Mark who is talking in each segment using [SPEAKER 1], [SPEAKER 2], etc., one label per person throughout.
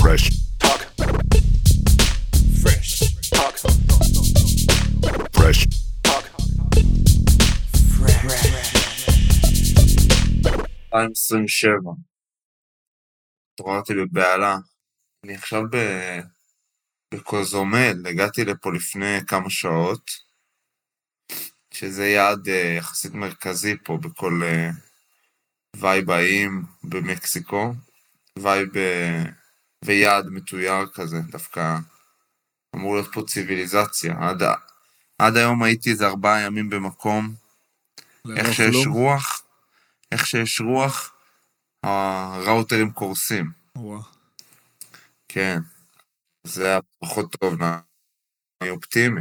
[SPEAKER 1] Fresh talk. Fresh talk. Fresh talk.
[SPEAKER 2] פריים 27. התעוררתי בבהלה. אני עכשיו ב... בקוזומל, הגעתי לפה לפני כמה שעות, שזה יעד אה, יחסית מרכזי פה בכל אה, וייב האיים במקסיקו, וייב אה, ויעד מתויר כזה, דווקא אמור להיות פה ציוויליזציה. עד, ה- עד היום הייתי איזה ארבעה ימים במקום,
[SPEAKER 3] לא
[SPEAKER 2] איך שיש רוח, איך שיש רוח, הראוטרים קורסים.
[SPEAKER 3] וואו.
[SPEAKER 2] כן. זה היה פחות טוב, נ- אני אופטימי.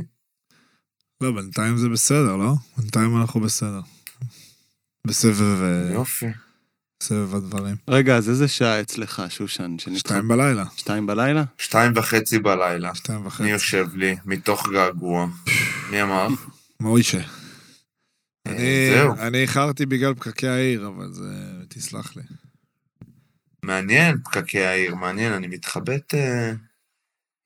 [SPEAKER 3] לא, בינתיים זה בסדר, לא? בינתיים אנחנו בסדר. בסבב אה,
[SPEAKER 2] יופי.
[SPEAKER 3] סבב הדברים.
[SPEAKER 4] רגע, אז איזה שעה אצלך, שושן? שנתחל-
[SPEAKER 3] שתיים בלילה.
[SPEAKER 4] שתיים בלילה?
[SPEAKER 2] שתיים וחצי בלילה,
[SPEAKER 3] שתיים וחצי.
[SPEAKER 2] אני יושב לי, מתוך געגוע. מי אמר?
[SPEAKER 3] מוישה. אני-
[SPEAKER 2] אה, זהו.
[SPEAKER 3] אני איחרתי בגלל פקקי העיר, אבל זה... תסלח לי.
[SPEAKER 2] מעניין, פקקי העיר, מעניין, אני מתחבט אה,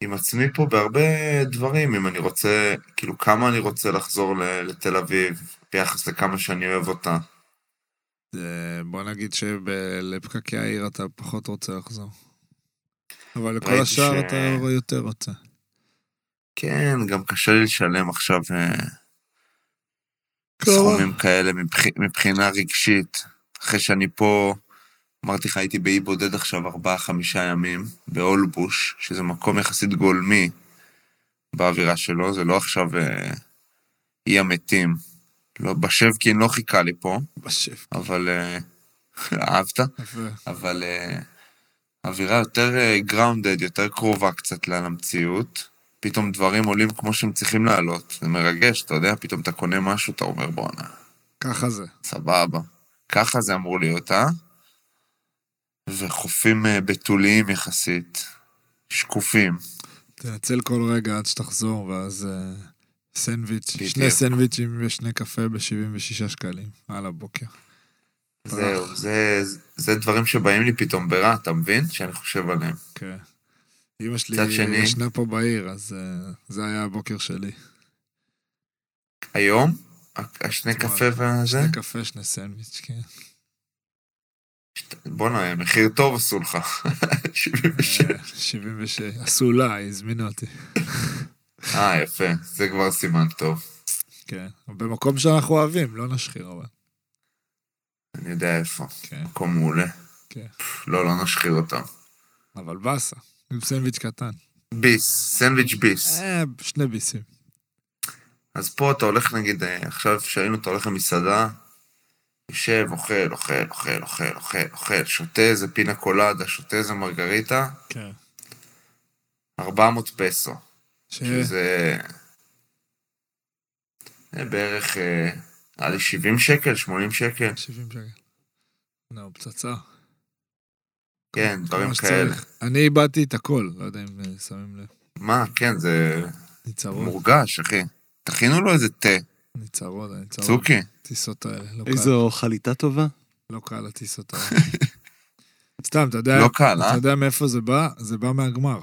[SPEAKER 2] עם עצמי פה בהרבה דברים, אם אני רוצה, כאילו כמה אני רוצה לחזור ל- לתל אביב, ביחס לכמה שאני אוהב אותה.
[SPEAKER 3] זה- בוא נגיד שלפקקי העיר אתה פחות רוצה לחזור. אבל לכל
[SPEAKER 2] ראיתי
[SPEAKER 3] השאר
[SPEAKER 2] ש-
[SPEAKER 3] אתה יותר רוצה.
[SPEAKER 2] כן, גם קשה לי לשלם עכשיו אה,
[SPEAKER 3] כלומר,
[SPEAKER 2] סכומים כאלה מבח... מבחינה רגשית. אחרי שאני פה, אמרתי לך, הייתי באי בודד עכשיו ארבעה-חמישה ימים, באולבוש, שזה מקום יחסית גולמי באווירה שלו, זה לא עכשיו אה, אי המתים. לא, בשבקין לא חיכה לי פה,
[SPEAKER 3] בשף.
[SPEAKER 2] אבל... אה, אהבת?
[SPEAKER 3] יפה.
[SPEAKER 2] אבל אה, אווירה יותר גראונדד, יותר קרובה קצת ל- למציאות. פתאום דברים עולים כמו שהם צריכים לעלות. זה מרגש, אתה יודע, פתאום אתה קונה משהו, אתה אומר, בואנה,
[SPEAKER 3] ככה זה.
[SPEAKER 2] סבבה. ככה זה אמור להיות, אה? וחופים אה, בתוליים יחסית, שקופים.
[SPEAKER 3] תנצל כל רגע עד שתחזור, ואז אה, סנדוויץ',
[SPEAKER 2] בדיוק.
[SPEAKER 3] שני סנדוויצ'ים ושני קפה ב-76 שקלים, על הבוקר. אה.
[SPEAKER 2] זהו, זה, זה דברים שבאים לי פתאום ברע, אתה מבין? שאני חושב עליהם.
[SPEAKER 3] כן. אמא שלי
[SPEAKER 2] מצד שני- אה?
[SPEAKER 3] ישנה פה בעיר, אז אה, זה היה הבוקר שלי.
[SPEAKER 2] היום, ה- השני
[SPEAKER 3] אתמול.
[SPEAKER 2] קפה והזה,
[SPEAKER 3] שני קפה, שני סנדוויץ', כן.
[SPEAKER 2] בואנה, מחיר טוב עשו לך. 76.
[SPEAKER 3] אה, 76. עשו לה, הזמינו אותי.
[SPEAKER 2] אה, יפה, זה כבר סימן טוב.
[SPEAKER 3] כן. במקום שאנחנו אוהבים, לא נשחיר אבל.
[SPEAKER 2] אני יודע איפה,
[SPEAKER 3] כן,
[SPEAKER 2] מקום מעולה.
[SPEAKER 3] כן.
[SPEAKER 2] לא, לא נשחיר אותם.
[SPEAKER 3] אבל באסה, עם סנדוויץ' קטן.
[SPEAKER 2] ביס, סנדוויץ' ביס.
[SPEAKER 3] אה, שני ביסים.
[SPEAKER 2] אז פה אתה הולך, נגיד, אה, עכשיו שהיינו, אתה הולך למסעדה, יושב, אוכל, אוכל, אוכל, אוכל, אוכל, אוכל, שותה איזה פינה קולדה, שותה איזה מרגריטה,
[SPEAKER 3] כן.
[SPEAKER 2] 400 פסו.
[SPEAKER 3] ש...
[SPEAKER 2] שזה... זה בערך, אה, היה לי 70 שקל, 80 שקל,
[SPEAKER 3] 70 שקל. נו, פצצה.
[SPEAKER 2] כן, דברים
[SPEAKER 3] מה
[SPEAKER 2] כאלה.
[SPEAKER 3] שצריך. אני איבדתי את הכל, לא יודע אם אה, שמים לב.
[SPEAKER 2] מה, כן, זה
[SPEAKER 3] ניצרות,
[SPEAKER 2] מורגש, אחי. תכינו לו איזה תה,
[SPEAKER 3] ניצרות, הניצרות.
[SPEAKER 2] צוקי.
[SPEAKER 3] הטיסות האלה, לא קל,
[SPEAKER 4] איזו חליטה טובה.
[SPEAKER 3] לא קל הטיסות האלה. סתם, אתה יודע,
[SPEAKER 2] לא קל, אה?
[SPEAKER 3] אתה יודע מאיפה זה בא? זה בא מהגמר.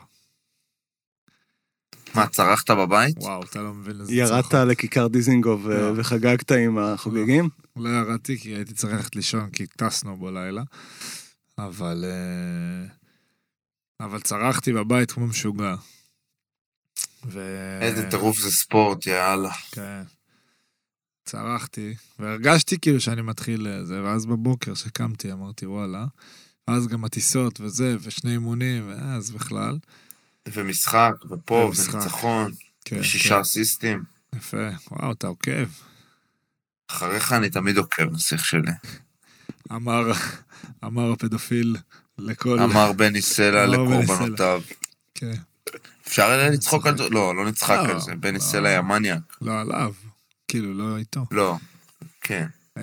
[SPEAKER 2] מה, צרחת בבית?
[SPEAKER 3] וואו, אתה לא מבין לזה.
[SPEAKER 4] ירדת לכיכר דיזינגוף אה,
[SPEAKER 3] לא.
[SPEAKER 4] וחגגת עם החוגגים?
[SPEAKER 3] לא ירדתי כי הייתי צריך ללכת לישון, כי טסנו בלילה. אבל... אה, אבל צרחתי בבית כמו משוגע. ו...
[SPEAKER 2] איזה טירוף זה ספורט, יאללה.
[SPEAKER 3] כן. צרחתי, והרגשתי כאילו שאני מתחיל אה, זה, ואז בבוקר שקמתי אמרתי וואלה. אז גם הטיסות וזה, ושני אימונים, ואז בכלל.
[SPEAKER 2] ומשחק, ופה,
[SPEAKER 3] ומשחק.
[SPEAKER 2] וניצחון,
[SPEAKER 3] כן,
[SPEAKER 2] ושישה אסיסטים.
[SPEAKER 3] כן. יפה, וואו, אתה עוקב.
[SPEAKER 2] אחריך אני תמיד עוקב בשיח שלי.
[SPEAKER 3] אמר, אמר הפדופיל לכל...
[SPEAKER 2] אמר בני סלע
[SPEAKER 3] אמר בני סלע.
[SPEAKER 2] לקורבנותיו.
[SPEAKER 3] כן.
[SPEAKER 2] אפשר היה לצחוק על זה?
[SPEAKER 3] נצחק.
[SPEAKER 2] לא, לא נצחק
[SPEAKER 3] לא,
[SPEAKER 2] על זה. בני
[SPEAKER 3] לא.
[SPEAKER 2] סלע היה מניאק.
[SPEAKER 3] לא עליו, כאילו, לא איתו.
[SPEAKER 2] לא, כן.
[SPEAKER 3] אה,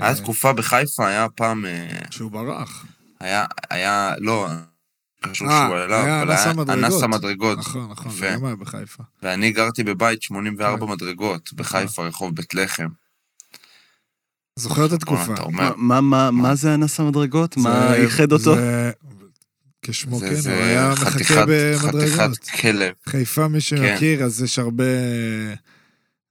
[SPEAKER 2] היה תקופה בחיפה, היה פעם... אה,
[SPEAKER 3] שהוא ברח.
[SPEAKER 2] היה, היה, לא, קשור
[SPEAKER 3] אה,
[SPEAKER 2] שהוא עליו,
[SPEAKER 3] היה
[SPEAKER 2] אבל
[SPEAKER 3] אנס
[SPEAKER 2] היה
[SPEAKER 3] המדרגות.
[SPEAKER 2] אנס המדרגות.
[SPEAKER 3] נכון, נכון, זה
[SPEAKER 2] יפה.
[SPEAKER 3] גם היה בחיפה.
[SPEAKER 2] ואני גרתי בבית
[SPEAKER 3] אה.
[SPEAKER 2] 84 מדרגות, בחיפה, רחוב בית לחם.
[SPEAKER 3] זוכר את
[SPEAKER 2] בואנה,
[SPEAKER 3] התקופה.
[SPEAKER 2] אתה אומר,
[SPEAKER 3] אה,
[SPEAKER 4] מה- מה- מה מה זה אנס המדרגות? מה
[SPEAKER 3] זה-
[SPEAKER 4] איחד אותו?
[SPEAKER 3] זה- כשמו
[SPEAKER 2] זה-
[SPEAKER 3] כן, הוא
[SPEAKER 2] זה
[SPEAKER 3] היה מחכה
[SPEAKER 2] חתיכת-
[SPEAKER 3] במדרגות.
[SPEAKER 2] חתיכת כלב.
[SPEAKER 3] חיפה,
[SPEAKER 2] כן.
[SPEAKER 3] מי שמכיר, אז יש הרבה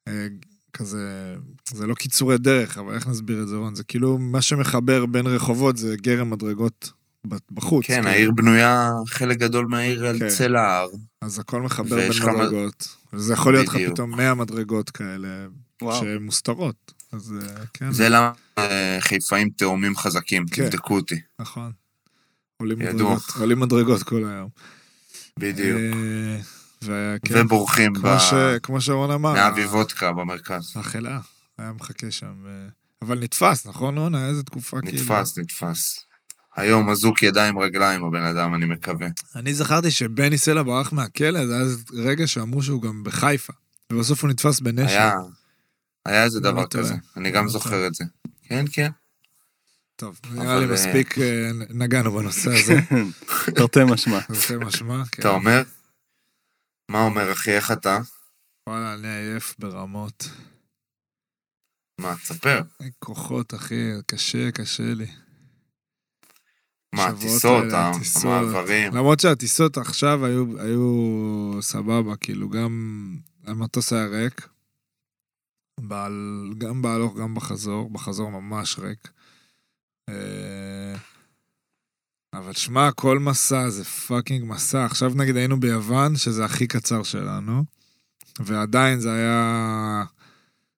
[SPEAKER 3] אה, כזה, זה לא קיצורי דרך, אבל איך נסביר את זה, רון? זה כאילו, מה שמחבר בין רחובות זה גרם מדרגות ב- בחוץ.
[SPEAKER 2] כן,
[SPEAKER 3] כאילו.
[SPEAKER 2] העיר בנויה, חלק גדול מהעיר על
[SPEAKER 3] כן.
[SPEAKER 2] צל ההר.
[SPEAKER 3] אז הכל מחבר בין
[SPEAKER 2] ויש לך מד-
[SPEAKER 3] מדרגות. וזה יכול להיות לך
[SPEAKER 2] בדיוק.
[SPEAKER 3] פתאום 100 מדרגות כאלה,
[SPEAKER 4] וואו.
[SPEAKER 3] שהן מוסתרות. אז אה, כן,
[SPEAKER 2] זה למה אה, חיפאים תאומים חזקים,
[SPEAKER 3] כן.
[SPEAKER 2] תבדקו אותי.
[SPEAKER 3] נכון. עולים
[SPEAKER 2] ידוע.
[SPEAKER 3] מדרגות, עולים מדרגות כל היום.
[SPEAKER 2] בדיוק.
[SPEAKER 3] אה, וכן,
[SPEAKER 2] כן. ובורחים
[SPEAKER 3] כמו
[SPEAKER 2] ב-
[SPEAKER 3] ש- כמו שרון אמר.
[SPEAKER 2] מאבי וודקה במרכז.
[SPEAKER 3] החלאה, היה מחכה שם. אה, אבל נתפס, נכון, רונה? איזה תקופה כאילו.
[SPEAKER 2] נתפס, נתפס. היום אזוק ידיים רגליים הבן אדם, אני מקווה.
[SPEAKER 3] אני זכרתי שבני סלע ברח מהכלא, זה היה איזה רגע שאמרו שהוא גם בחיפה. ובסוף הוא נתפס בנשק.
[SPEAKER 2] היה, היה איזה
[SPEAKER 3] לא
[SPEAKER 2] דבר
[SPEAKER 3] טועה.
[SPEAKER 2] כזה, אני גם
[SPEAKER 3] לא
[SPEAKER 2] זוכר
[SPEAKER 3] טועה.
[SPEAKER 2] את זה. כן, כן.
[SPEAKER 3] טוב,
[SPEAKER 2] אבל,
[SPEAKER 3] נראה לי
[SPEAKER 2] אה,
[SPEAKER 3] מספיק אה, נגענו בנושא הזה.
[SPEAKER 4] תרתי משמע.
[SPEAKER 3] אז זה משמע, כן.
[SPEAKER 2] אתה אומר? מה אומר, אחי, איך אתה?
[SPEAKER 3] וואלה, אני עייף ברמות.
[SPEAKER 2] מה, תספר.
[SPEAKER 3] אין כוחות, אחי, קשה, קשה לי.
[SPEAKER 2] מה,
[SPEAKER 3] השבועות
[SPEAKER 2] הטיסות,
[SPEAKER 3] האלה,
[SPEAKER 2] ה-
[SPEAKER 3] הטיסות.
[SPEAKER 2] המעברים.
[SPEAKER 3] למרות שהטיסות עכשיו היו, היו סבבה, כאילו גם המטוס היה ריק, בעל, גם בהלוך, גם בחזור, בחזור ממש ריק. אה, אבל שמע, כל מסע זה פאקינג מסע. עכשיו נגיד היינו ביוון, שזה הכי קצר שלנו, ועדיין זה היה,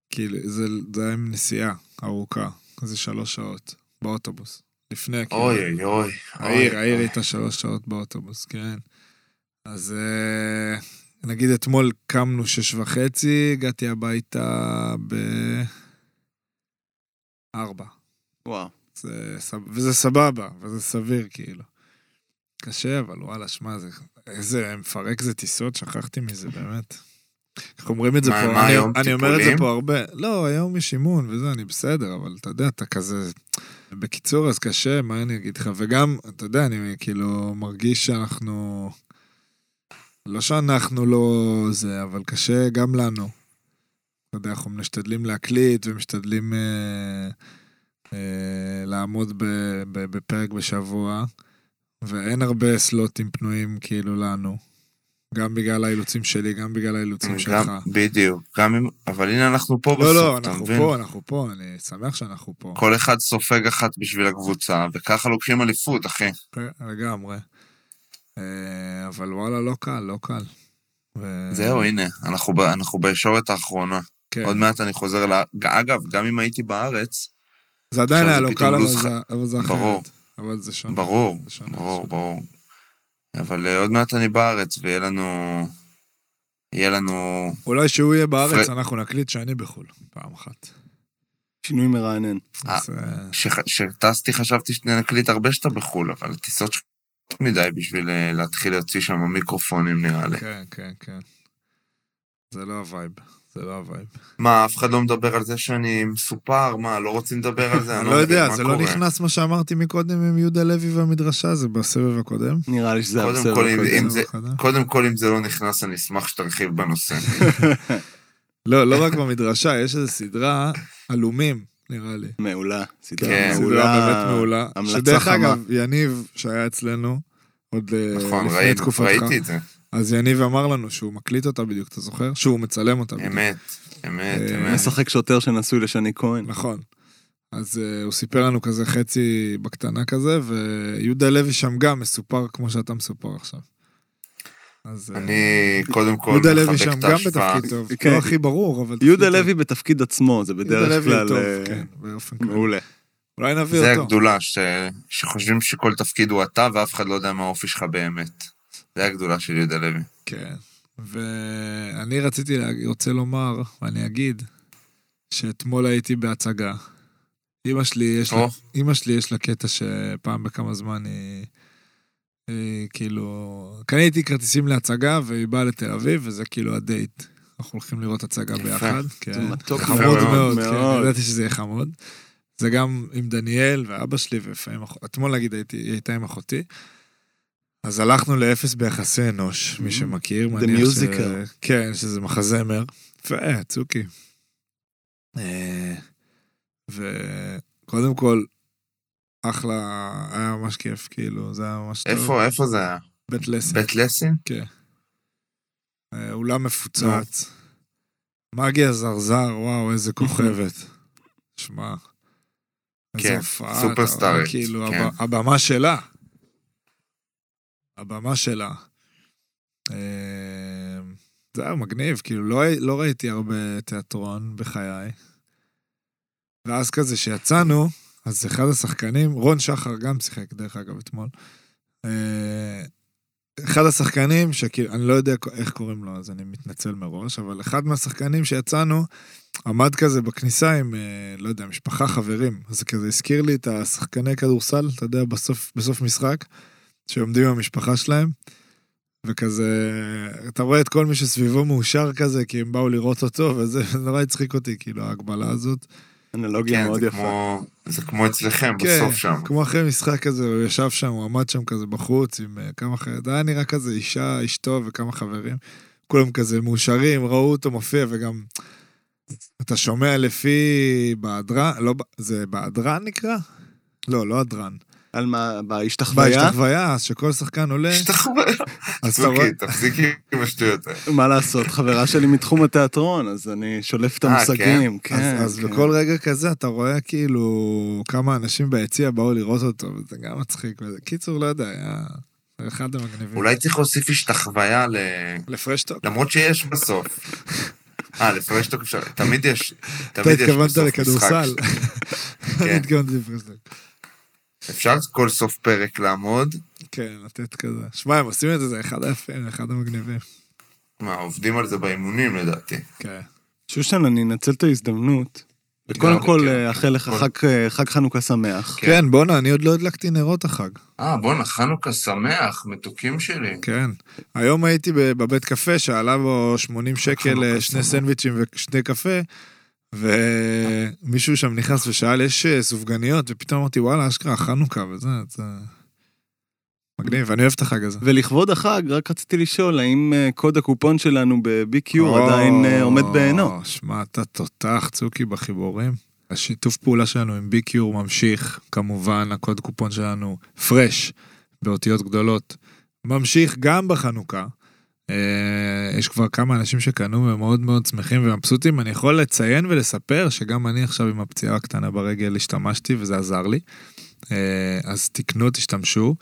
[SPEAKER 3] כאילו, זה, זה היה עם נסיעה ארוכה, איזה שלוש שעות, באוטובוס. לפני, כאילו.
[SPEAKER 2] אוי אוי אוי.
[SPEAKER 3] העיר,
[SPEAKER 2] אוי,
[SPEAKER 3] העיר
[SPEAKER 2] אוי.
[SPEAKER 3] הייתה שלוש שעות באוטובוס, כן. אז אה, נגיד אתמול קמנו שש וחצי, הגעתי הביתה ב... ארבע.
[SPEAKER 4] וואו.
[SPEAKER 3] זה סב- וזה סבבה, וזה סביר, כאילו. קשה, אבל וואלה, שמע, זה... איזה מפרק זה טיסות, שכחתי מזה, באמת. איך אומרים את זה
[SPEAKER 2] מה-
[SPEAKER 3] פה,
[SPEAKER 2] מה
[SPEAKER 3] אני,
[SPEAKER 2] היום,
[SPEAKER 3] אני אומר את זה
[SPEAKER 2] טיפולים?
[SPEAKER 3] פה הרבה. לא, היום יש אימון וזה, אני בסדר, אבל אתה יודע, אתה כזה... בקיצור, אז קשה, מה אני אגיד לך? וגם, אתה יודע, אני כאילו מרגיש שאנחנו... לא שאנחנו לא זה, אבל קשה גם לנו. אתה יודע, אנחנו משתדלים להקליט ומשתדלים אה, אה, לעמוד ב, ב, בפרק בשבוע, ואין הרבה סלוטים פנויים כאילו לנו. גם בגלל האילוצים שלי, גם בגלל האילוצים שלך.
[SPEAKER 2] אה, גם- בדיוק, גם אם, אבל הנה אנחנו פה
[SPEAKER 3] לא, לא,
[SPEAKER 2] בסוף, אתה
[SPEAKER 3] אנחנו
[SPEAKER 2] מבין?
[SPEAKER 3] פה, אנחנו פה, אני שמח שאנחנו פה.
[SPEAKER 2] כל אחד סופג אחת בשביל הקבוצה, וככה לוקחים אליפות, אחי.
[SPEAKER 3] כן, לגמרי. אה, אבל וואלה, לא קל, לא קל. ו-
[SPEAKER 2] זהו, הנה, אנחנו ב- אנחנו בישורת האחרונה.
[SPEAKER 3] כן.
[SPEAKER 2] עוד מעט אני חוזר ל... אגב, גם אם הייתי בארץ,
[SPEAKER 3] זה עדיין
[SPEAKER 2] עכשיו
[SPEAKER 3] היה
[SPEAKER 2] זה
[SPEAKER 3] לא
[SPEAKER 2] פתאום
[SPEAKER 3] קל, אבל
[SPEAKER 2] לו"ז ח-
[SPEAKER 3] זה- אבל זה אחרת.
[SPEAKER 2] ברור.
[SPEAKER 3] אבל זה שונה.
[SPEAKER 2] ברור,
[SPEAKER 3] זה שונה, זה
[SPEAKER 2] ברור,
[SPEAKER 3] שונה.
[SPEAKER 2] ברור. אבל אה, עוד מעט אני בארץ, ויהיה לנו... יהיה לנו...
[SPEAKER 3] אולי שהוא יהיה בארץ,
[SPEAKER 2] פר-
[SPEAKER 3] אנחנו נקליט שאני בחו"ל, פעם אחת.
[SPEAKER 4] שינוי מרענן.
[SPEAKER 2] אה.
[SPEAKER 3] אז, אה,
[SPEAKER 2] כשטסתי חשבתי שנקליט הרבה שאתה בחו"ל, אבל הטיסות שלך מדי בשביל אה, להתחיל להוציא שם מיקרופונים, נראה לי.
[SPEAKER 3] כן, כן, כן. זה לא הווייב, זה לא הווייב.
[SPEAKER 2] מה, אף אחד לא מדבר על זה שאני מסופר? מה, לא רוצים לדבר על זה?
[SPEAKER 3] אני לא יודע,
[SPEAKER 2] מבין,
[SPEAKER 3] זה
[SPEAKER 2] מה
[SPEAKER 3] לא
[SPEAKER 2] קורה?
[SPEAKER 3] נכנס מה שאמרתי מקודם עם יהודה לוי והמדרשה, זה בסבב הקודם.
[SPEAKER 4] נראה לי שזה
[SPEAKER 2] קודם
[SPEAKER 4] בסדר.
[SPEAKER 2] כל, אם- אם-
[SPEAKER 3] בסבב
[SPEAKER 2] זה-
[SPEAKER 3] הקודם.
[SPEAKER 2] קודם כל, אם זה לא נכנס, אני אשמח שתרחיב בנושא.
[SPEAKER 3] אה, לא, לא רק במדרשה, יש איזו סדרה, עלומים, נראה לי.
[SPEAKER 4] מעולה. סדרה
[SPEAKER 2] כן.
[SPEAKER 3] סדרה באמת מעולה.
[SPEAKER 4] המלצה
[SPEAKER 3] שדרך
[SPEAKER 4] חמה.
[SPEAKER 3] אגב, יניב, שהיה אצלנו, עוד אה,
[SPEAKER 2] נכון,
[SPEAKER 3] לפני
[SPEAKER 2] ראינו,
[SPEAKER 3] תקופתך,
[SPEAKER 2] ראיתי את זה.
[SPEAKER 3] אז יניב אמר לנו שהוא מקליט אותה בדיוק, אתה זוכר? שהוא מצלם אותה בדיוק.
[SPEAKER 2] אמת, אמת,
[SPEAKER 3] אה,
[SPEAKER 2] אמת.
[SPEAKER 4] משחק שוטר שנשוי לשני כהן.
[SPEAKER 3] נכון. אז uh, הוא סיפר לנו כזה חצי בקטנה כזה, ויהודה לוי שם גם מסופר כמו שאתה מסופר עכשיו. אז אה,
[SPEAKER 2] אני קודם כל
[SPEAKER 3] יהודה לוי
[SPEAKER 2] מחבק
[SPEAKER 3] שם
[SPEAKER 2] את
[SPEAKER 3] גם
[SPEAKER 2] ההשוואה.
[SPEAKER 3] בתפקיד טוב.
[SPEAKER 4] כן.
[SPEAKER 3] לא הכי ברור, אבל...
[SPEAKER 4] יהודה
[SPEAKER 3] תפקיד טוב.
[SPEAKER 4] לוי בתפקיד עצמו, זה
[SPEAKER 3] יהודה
[SPEAKER 4] בדרך
[SPEAKER 3] לוי
[SPEAKER 4] כלל
[SPEAKER 3] טוב,
[SPEAKER 4] אה,
[SPEAKER 3] כן, באופן כללי.
[SPEAKER 4] מעולה.
[SPEAKER 3] אולי נביא
[SPEAKER 2] זה
[SPEAKER 3] אותו.
[SPEAKER 2] הגדולה, ש... שחושבים שכל תפקיד הוא אתה ואף אחד לא יודע מה האופי שלך באמת. זה הגדולה של יהודה לוי.
[SPEAKER 3] כן. ואני רציתי, להג- רוצה לומר, ואני אגיד, שאתמול הייתי בהצגה. אמא שלי, יש לה,
[SPEAKER 2] או.
[SPEAKER 3] אמא שלי יש לה קטע שפעם בכמה זמן היא, היא כאילו... קניתי כרטיסים להצגה והיא באה לתל אביב, וזה כאילו הדייט. אנחנו הולכים לראות הצגה
[SPEAKER 2] יפה.
[SPEAKER 3] ביחד. כן.
[SPEAKER 4] זה מתוק
[SPEAKER 2] יפה
[SPEAKER 3] חמוד
[SPEAKER 2] מאוד,
[SPEAKER 3] מאוד, כן,
[SPEAKER 4] מאוד.
[SPEAKER 3] ידעתי שזה יהיה חמוד. זה גם עם דניאל ואבא שלי, ולפעמים, אח- אתמול נגיד הייתי, היא הייתה עם אחותי. אז הלכנו לאפס ביחסי אנוש, מי
[SPEAKER 4] Mm,
[SPEAKER 3] שמכיר,
[SPEAKER 4] The
[SPEAKER 3] מניח
[SPEAKER 4] Musical.
[SPEAKER 3] כן, שזה מחזמר. יפה, צוקי. אה, וקודם כל, אחלה, היה ממש כיף, כאילו, זה היה ממש טוב.
[SPEAKER 2] איפה, איפה זה היה?
[SPEAKER 3] בית לסין.
[SPEAKER 2] בית לסין?
[SPEAKER 3] כן. אה, אולם מפוצץ. מגי הזרזר, וואו, איזה כוכבת. שמע, איזה
[SPEAKER 2] כן,
[SPEAKER 3] הופעה. אתה
[SPEAKER 2] סופרסטארית,
[SPEAKER 3] רואה, כאילו,
[SPEAKER 2] כן.
[SPEAKER 3] הב- הבמה שלה. הבמה שלה. אה, זה היה מגניב, כאילו, לא, הי- לא ראיתי הרבה תיאטרון בחיי. ואז כזה שיצאנו, אז אחד השחקנים, רון שחר גם שיחק, דרך אגב, אתמול. אה, אחד השחקנים, שכאילו, אני לא יודע איך קוראים לו, אז אני מתנצל מראש, אבל אחד מהשחקנים שיצאנו, עמד כזה בכניסה עם, אה, לא יודע, משפחה, חברים. אז זה כזה הזכיר לי את השחקני כדורסל, אתה יודע, בסוף, בסוף משחק, שעומדים עם המשפחה שלהם, וכזה, אתה רואה את כל מי שסביבו מאושר כזה, כי הם באו לראות אותו, וזה נורא הצחיק אותי, כאילו, ההגבלה הזאת.
[SPEAKER 4] אנלוגיה
[SPEAKER 2] כן,
[SPEAKER 4] מאוד
[SPEAKER 2] זה
[SPEAKER 4] יפה.
[SPEAKER 2] כמו, זה כמו אצלכם,
[SPEAKER 3] כן,
[SPEAKER 2] בסוף שם.
[SPEAKER 3] כמו אחרי משחק כזה, הוא ישב שם, הוא עמד שם כזה בחוץ עם אה, כמה חברים, היה נראה כזה אישה, אשתו וכמה חברים. כולם כזה מאושרים, ראו אותו מופיע, וגם אתה שומע לפי בהדרן, לא, ב- זה בהדרן נקרא? לא, לא הדרן.
[SPEAKER 4] על מה,
[SPEAKER 3] יש את
[SPEAKER 4] בהשתחוויה?
[SPEAKER 3] החוויה, אז שכל שחקן עולה,
[SPEAKER 2] השתחוויה.
[SPEAKER 3] אז אתה רואה...
[SPEAKER 2] צוקי, תפסיקי עם השטויות האלה.
[SPEAKER 4] מה לעשות, חברה שלי מתחום התיאטרון, אז אני שולף את
[SPEAKER 2] אה,
[SPEAKER 4] המושגים.
[SPEAKER 3] אז,
[SPEAKER 4] כן,
[SPEAKER 3] אז
[SPEAKER 4] כן.
[SPEAKER 3] בכל רגע כזה אתה רואה כאילו כמה אנשים ביציע באו לראות אותו, וזה גם מצחיק. וזה- קיצור, לא יודע, היה אחד המגניבים.
[SPEAKER 2] אולי צריך להוסיף השתחוויה ל...
[SPEAKER 3] לפרשטוק?
[SPEAKER 2] למרות שיש בסוף. אה, לפרשטוק אפשר, תמיד יש,
[SPEAKER 3] אתה
[SPEAKER 2] תמיד יש
[SPEAKER 3] התכוונת
[SPEAKER 2] בסוף
[SPEAKER 3] לכדורסל.
[SPEAKER 2] משחק.
[SPEAKER 3] אני
[SPEAKER 2] כן.
[SPEAKER 3] התכוונתי לפרסלק.
[SPEAKER 2] אפשר כל סוף פרק לעמוד,
[SPEAKER 3] כן, לתת כזה. שמע, הם עושים את זה, זה אחד היפים, אחד המגניבים.
[SPEAKER 2] מה, עובדים על זה באימונים לדעתי.
[SPEAKER 3] כן.
[SPEAKER 4] שושן, אני אנצל את ההזדמנות,
[SPEAKER 2] גם,
[SPEAKER 4] וקודם כל
[SPEAKER 2] כן.
[SPEAKER 4] אה, אאחל לך
[SPEAKER 2] כל-
[SPEAKER 4] חג, אה, חג חנוכה שמח.
[SPEAKER 2] כן.
[SPEAKER 3] כן, בואנה, אני עוד לא הדלקתי נרות החג.
[SPEAKER 2] אה, בואנה, חנוכה שמח, מתוקים שלי.
[SPEAKER 3] כן. היום הייתי ב- בבית קפה שעלה בו 80
[SPEAKER 2] לא
[SPEAKER 3] שקל אה, שני
[SPEAKER 2] שמח.
[SPEAKER 3] סנדוויצ'ים ושני קפה, ומישהו שם נכנס ושאל, יש אה, סופגניות? ופתאום אמרתי, וואלה, אשכרה, חנוכה וזה, זה... מגניב, אני אוהב את החג הזה.
[SPEAKER 4] ולכבוד החג, רק רציתי לשאול, האם אה, קוד הקופון שלנו ב-BQ
[SPEAKER 3] או,
[SPEAKER 4] עדיין אה, עומד בעינו?
[SPEAKER 3] שמע, אתה תותח, צוקי, בחיבורים. השיתוף פעולה שלנו עם BQ ממשיך, כמובן, הקוד קופון שלנו, fresh, באותיות גדולות, ממשיך גם בחנוכה. אה, יש כבר כמה אנשים שקנו והם מאוד מאוד שמחים ומבסוטים. אני יכול לציין ולספר שגם אני עכשיו עם הפציעה הקטנה ברגל השתמשתי וזה עזר לי. אה, אז תקנו, תשתמשו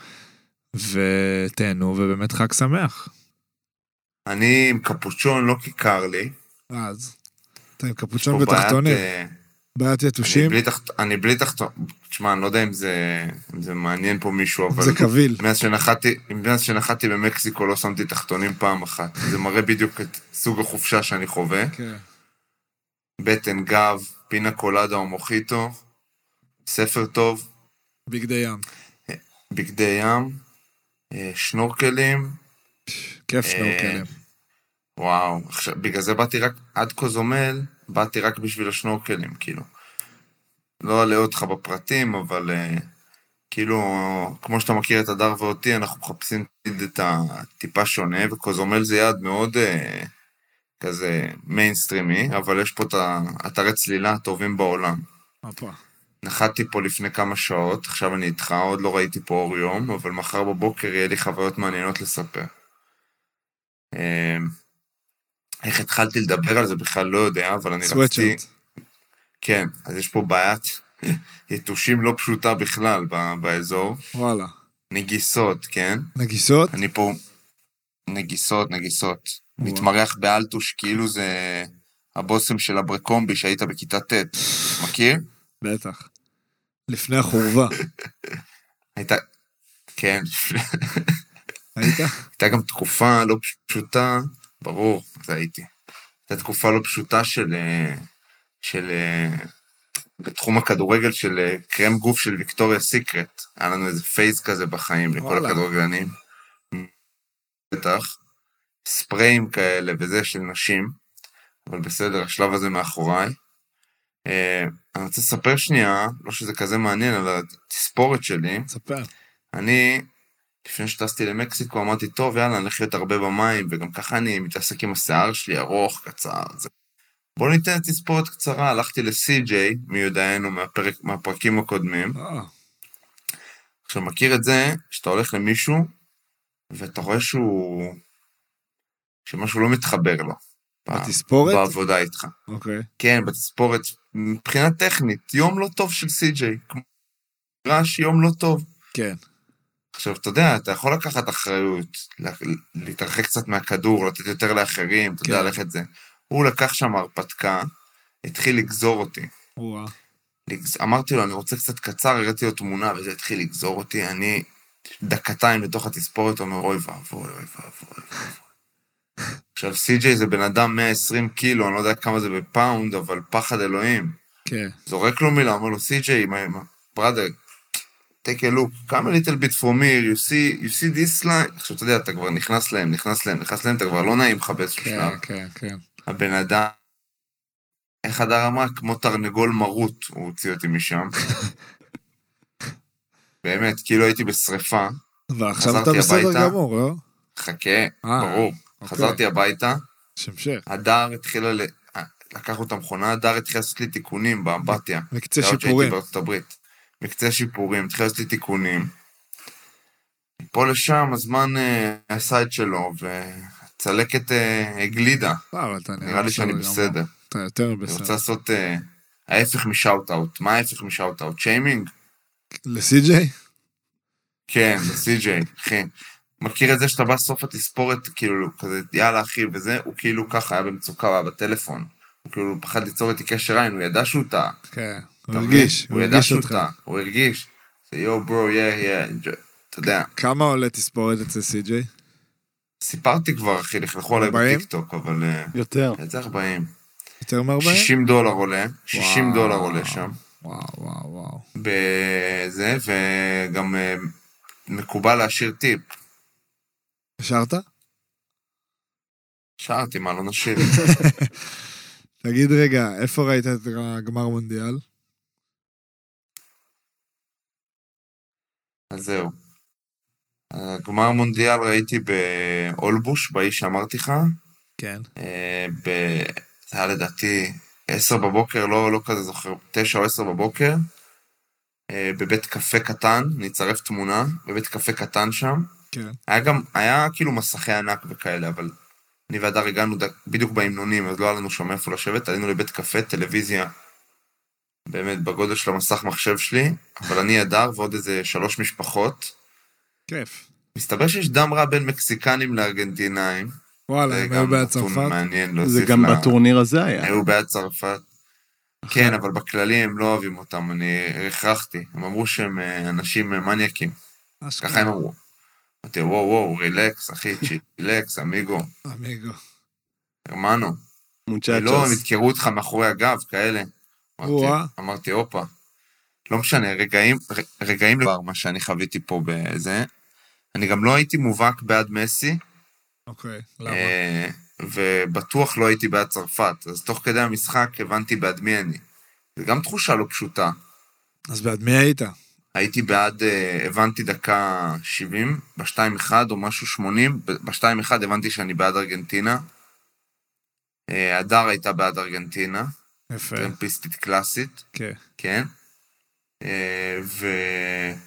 [SPEAKER 3] ותהנו, ובאמת חג שמח.
[SPEAKER 2] אני עם קפוצ'ון, לא כיכר לי.
[SPEAKER 3] אז. אתה עם
[SPEAKER 2] יש
[SPEAKER 3] קפוצ'ון
[SPEAKER 2] פה בעיית,
[SPEAKER 3] ותחתונים.
[SPEAKER 2] אה,
[SPEAKER 3] בעיית
[SPEAKER 2] אני
[SPEAKER 3] יתושים,
[SPEAKER 2] בלי תחת- אני בלי תחתון, תשמע, אני לא יודע אם זה אם זה מעניין פה מישהו, אבל...
[SPEAKER 3] זה קביל.
[SPEAKER 2] מאז שנחתי, מאז שנחתי במקסיקו לא שמתי תחתונים פעם אחת. זה מראה בדיוק את סוג החופשה שאני חווה.
[SPEAKER 3] כן,
[SPEAKER 2] בטן, גב, פינה קולדה או מוחיטו, ספר טוב,
[SPEAKER 3] בגדי ים.
[SPEAKER 2] בגדי ים, אה, שנורקלים,
[SPEAKER 3] כיף אוקיי.
[SPEAKER 2] אה,
[SPEAKER 3] שנורקלים.
[SPEAKER 2] וואו. עכשיו, בגלל זה באתי רק, עד קוזומל, באתי רק בשביל השנורקלים, כאילו. לא אלאה אותך בפרטים, אבל אה, כאילו, כמו שאתה מכיר את הדר ואותי, אנחנו מחפשים תמיד את הטיפה שונה, וקוזומל זה יעד מאוד אה, כזה מיינסטרימי, אבל יש פה את האתרי צלילה הטובים בעולם.
[SPEAKER 3] הופה.
[SPEAKER 2] נחתתי פה לפני כמה שעות, עכשיו אני איתך, עוד לא ראיתי פה אור יום, אבל מחר בבוקר יהיה לי חוויות מעניינות לספר. אמ, איך התחלתי לדבר על זה בכלל לא יודע, אבל אני רציתי...
[SPEAKER 3] סוואטשרט.
[SPEAKER 2] כן, אז יש פה בעיית יתושים לא פשוטה בכלל ב- באזור.
[SPEAKER 3] וואלה.
[SPEAKER 2] נגיסות, כן?
[SPEAKER 3] נגיסות?
[SPEAKER 2] אני פה... נגיסות, נגיסות.
[SPEAKER 3] וואו.
[SPEAKER 2] מתמרח באלטוש כאילו זה הבושם של הברקומבי שהיית בכיתה ט', מכיר?
[SPEAKER 3] בטח. לפני החורבה.
[SPEAKER 2] הייתה... כן,
[SPEAKER 3] היית?
[SPEAKER 2] הייתה גם תקופה לא פשוטה, ברור, זה הייתי. הייתה תקופה לא פשוטה של... אה, של... אה, בתחום הכדורגל של אה, קרם גוף של ויקטוריה סיקרט. היה לנו איזה פייז כזה בחיים לכל
[SPEAKER 3] וואלה.
[SPEAKER 2] הכדורגלנים. בטח. ספריים כאלה וזה של נשים, אבל בסדר, השלב הזה מאחוריי. אה, אני רוצה לספר שנייה, לא שזה כזה מעניין, על התספורת שלי.
[SPEAKER 3] ספר.
[SPEAKER 2] אני, לפני שטסתי למקסיקו, אמרתי, טוב, יאללה, אני הולך להיות הרבה במים, וגם ככה אני מתעסק עם השיער שלי, ארוך, קצר. זה... בואו ניתן תספורת קצרה, הלכתי לסי.ג'יי, מי יודענו מהפרק, מהפרקים הקודמים,
[SPEAKER 3] אה,
[SPEAKER 2] עכשיו, מכיר את זה שאתה הולך למישהו, ואתה רואה שהוא... שמשהו לא מתחבר לו.
[SPEAKER 3] בתספורת?
[SPEAKER 2] בעבודה איתך.
[SPEAKER 3] אוקיי.
[SPEAKER 2] כן, בתספורת, מבחינה טכנית, יום לא טוב של סי.ג'יי. כמו גרש, יום לא טוב.
[SPEAKER 3] כן.
[SPEAKER 2] עכשיו, אתה יודע, אתה יכול לקחת אחריות, לה- להתרחק קצת מהכדור, לתת יותר לאחרים, אתה יודע,
[SPEAKER 3] כן.
[SPEAKER 2] ללכת זה. הוא לקח שם הרפתקה, התחיל לגזור אותי.
[SPEAKER 3] וואה.
[SPEAKER 2] לגז... אמרתי לו, אני רוצה קצת קצר, הראיתי לו תמונה, וזה התחיל לגזור אותי. אני דקתיים לתוך התספורת, אומר, אוי ואבוי, אוי ואבוי. אוי ואבוי." עכשיו, סי.ג'יי זה בן אדם 120 קילו, אני לא יודע כמה זה בפאונד, אבל פחד אלוהים.
[SPEAKER 3] כן.
[SPEAKER 2] זורק לו מילה, אומר לו, סי.ג'יי, בראדר, take a look, come a little bit for me, you see, you see this line. עכשיו, אתה יודע, אתה כבר נכנס להם, נכנס להם, נכנס להם, אתה כבר לא נעים לך באיזשהו שלב.
[SPEAKER 3] כן, כן, כן.
[SPEAKER 2] הבן אדם, איך הדר אמרה? כמו תרנגול מרוט, הוא הוציא אותי משם. באמת, כאילו הייתי בשריפה,
[SPEAKER 3] ועכשיו אתה
[SPEAKER 2] חזרתי
[SPEAKER 3] בסדר
[SPEAKER 2] הביתה.
[SPEAKER 3] גמור, לא?
[SPEAKER 2] חכה,
[SPEAKER 3] אה,
[SPEAKER 2] ברור.
[SPEAKER 3] אוקיי.
[SPEAKER 2] חזרתי הביתה,
[SPEAKER 3] יש המשך.
[SPEAKER 2] הדר התחילה ל... לקח אותה מכונה, הדר התחילה לעשות לי תיקונים באמבטיה.
[SPEAKER 3] מקצה
[SPEAKER 2] שעות שהייתי
[SPEAKER 3] שיפורים.
[SPEAKER 2] אוקיי, בארצות הברית. מקצה שיפורים, התחיל לעשות לי תיקונים. פה לשם הזמן אה, עשה את שלו, והצלקת אה, הגלידה.
[SPEAKER 3] אה, אבל אתה נראה
[SPEAKER 2] נראה לי שאני
[SPEAKER 3] בסדר גמור.
[SPEAKER 2] בסדר.
[SPEAKER 3] אתה יותר
[SPEAKER 2] אני רוצה
[SPEAKER 3] מבסדר.
[SPEAKER 2] לעשות אה, ההפך משאוט-אוט. מה ההפך משאוט-אוט? שיימינג?
[SPEAKER 3] לסי.ג'יי?
[SPEAKER 2] כן, סי.ג'יי, אחי. מכיר את זה שאתה בא סוף התספורת, כאילו, כזה, יאללה אחי, וזה, הוא כאילו ככה היה במצוקה, הוא היה בטלפון. הוא כאילו פחד ליצור איתי קשר עין, הוא ידע שהוא טעה.
[SPEAKER 3] כן. הוא
[SPEAKER 2] אתה מבין?
[SPEAKER 3] הרגיש, הוא
[SPEAKER 2] הוא ידע
[SPEAKER 3] הרגיש
[SPEAKER 2] שהוא
[SPEAKER 3] אותך.
[SPEAKER 2] טעה, הוא הרגיש. זה יו ברו, יא יא, אתה יודע.
[SPEAKER 3] כמה עולה תספורת אצל סי.ג'יי?
[SPEAKER 2] סיפרתי כבר, אחי, לכלכו עליי
[SPEAKER 3] ארבעים?
[SPEAKER 2] בטיקטוק, אבל... אה,
[SPEAKER 4] יותר.
[SPEAKER 2] איזה 40?
[SPEAKER 3] יותר מ-40?
[SPEAKER 2] 60 דולר עולה, 60
[SPEAKER 3] וואו.
[SPEAKER 2] דולר עולה שם.
[SPEAKER 3] וואו, וואו, וואו.
[SPEAKER 2] בזה, וגם אה, מקובל להשאיר טיפ.
[SPEAKER 3] השארת?
[SPEAKER 2] שרתי, מה, לא נשאיר.
[SPEAKER 3] תגיד רגע, איפה ראית את הגמר מונדיאל?
[SPEAKER 2] אז זהו. אה, גמר מונדיאל ראיתי באולבוש, באי שאמרתי לך.
[SPEAKER 3] כן.
[SPEAKER 2] אה, ב... זה היה לדעתי 10 בבוקר, לא, לא כזה זוכר, 9 או 10 בבוקר. אה, בבית קפה קטן, אני אצרף תמונה, בבית קפה קטן שם.
[SPEAKER 3] כן.
[SPEAKER 2] היה גם, היה כאילו מסכי ענק וכאלה, אבל אני והדר הגענו דק, בדיוק בהמנונים, אז לא היה לנו שם איפה לשבת, עלינו לבית קפה, טלוויזיה, באמת בגודל של המסך מחשב שלי, אבל אני הדר ועוד איזה שלוש משפחות.
[SPEAKER 3] כיף.
[SPEAKER 2] מסתבר שיש דם רע בין מקסיקנים לארגנטינאים.
[SPEAKER 3] וואלה,
[SPEAKER 2] זה
[SPEAKER 3] הם היו
[SPEAKER 2] אה, גם
[SPEAKER 3] בעד
[SPEAKER 2] נתון
[SPEAKER 3] צרפת?
[SPEAKER 2] מעניין
[SPEAKER 4] זה
[SPEAKER 2] להוסיף
[SPEAKER 4] גם
[SPEAKER 2] לה- אה,
[SPEAKER 4] בטורניר הזה היה.
[SPEAKER 2] היו בעד צרפת. כן, אבל בכללי הם לא אוהבים אותם, אני הכרחתי. הם אמרו שהם אה, אנשים אה, מניאקים,
[SPEAKER 3] אשכרה.
[SPEAKER 2] ככה הם אמרו. אמרתי, וואו, וואו, רילקס, אחי, צ'ילקס, אמיגו,
[SPEAKER 3] אמיגו.
[SPEAKER 2] הרמנו. לא, הם
[SPEAKER 4] מונצ'אצ'וס.
[SPEAKER 2] ידקרו אותך מאחורי הגב, כאלה. אמרתי-
[SPEAKER 3] או-אה.
[SPEAKER 2] אמרתי, הופה. לא משנה, רגעים, ר- רגעים לא- לבר, מה שאני חוויתי פה בזה. אני גם לא הייתי מובהק בעד מסי,
[SPEAKER 3] אוקיי, למה?
[SPEAKER 2] אה, ובטוח לא הייתי בעד צרפת, אז תוך כדי המשחק הבנתי בעד מי אני. זו גם תחושה לא פשוטה.
[SPEAKER 3] אז בעד מי היית?
[SPEAKER 2] הייתי בעד, אה, הבנתי דקה 70, ב-2-1 או משהו 80, ב-2-1 הבנתי שאני בעד ארגנטינה. אה, הדר הייתה בעד ארגנטינה,
[SPEAKER 3] יפה.
[SPEAKER 2] טרמפיסטית קלאסית,
[SPEAKER 3] כן.
[SPEAKER 2] כן? אה, ו...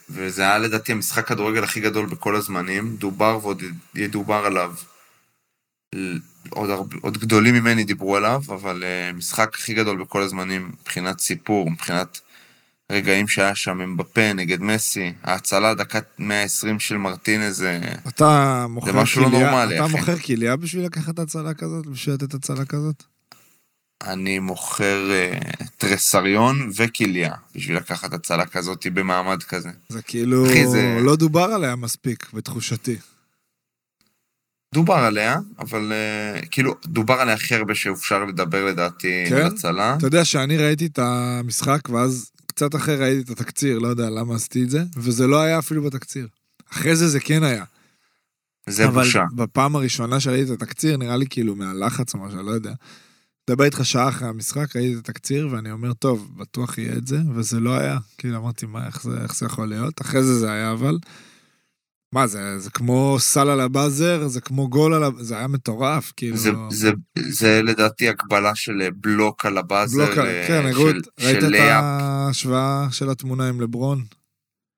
[SPEAKER 2] וזה היה לדעתי המשחק כדורגל הכי גדול בכל הזמנים, דובר ועוד ידובר עליו. ל- עוד, הרבה, עוד גדולים ממני דיברו עליו, אבל אה, משחק הכי גדול בכל הזמנים מבחינת סיפור, מבחינת רגעים שהיה שם עם בפה נגד מסי, ההצלה דקת 120 של מרטינז, אה,
[SPEAKER 3] אתה מוכר
[SPEAKER 2] משהו לא
[SPEAKER 3] כליה-
[SPEAKER 2] נורמלי,
[SPEAKER 3] אתה
[SPEAKER 2] אחי.
[SPEAKER 3] מוכר כליה בשביל לקחת הצלה כזאת? בשביל לתת הצלה כזאת?
[SPEAKER 2] אני מוכר אה, טרסריון וכליה בשביל לקחת הצלה כזאת במעמד כזה.
[SPEAKER 3] זה כאילו...
[SPEAKER 2] אחי, זה-
[SPEAKER 3] לא דובר עליה מספיק, בתחושתי.
[SPEAKER 2] דובר עליה, אבל אה, כאילו, דובר עליה הכי הרבה שאפשר לדבר לדעתי
[SPEAKER 3] כן?
[SPEAKER 2] על הצלה.
[SPEAKER 3] אתה יודע שאני ראיתי את המשחק, ואז קצת אחרי ראיתי את התקציר, לא יודע למה עשיתי את זה, וזה לא היה אפילו בתקציר. אחרי זה זה כן היה.
[SPEAKER 2] זה
[SPEAKER 3] אבל
[SPEAKER 2] בושה.
[SPEAKER 3] אבל בפעם הראשונה שראיתי את התקציר, נראה לי כאילו מהלחץ או משהו, לא יודע. מדבר איתך שעה אחרי המשחק, ראיתי את התקציר, ואני אומר, טוב, בטוח יהיה את זה, וזה לא היה. כאילו, אמרתי, מה, איך זה, איך זה יכול להיות? אחרי זה זה היה, אבל... מה, זה, זה כמו סל על הבאזר, זה כמו גול על הבאזר, זה היה מטורף, כאילו...
[SPEAKER 2] זה, זה, זה לדעתי הקבלה של אה, בלוק על הבאזר,
[SPEAKER 3] בלוק,
[SPEAKER 2] אה,
[SPEAKER 3] לא כן,
[SPEAKER 2] של-
[SPEAKER 3] הגות,
[SPEAKER 2] של
[SPEAKER 3] ראית את
[SPEAKER 2] לייאפ.
[SPEAKER 3] ההשוואה של התמונה עם לברון?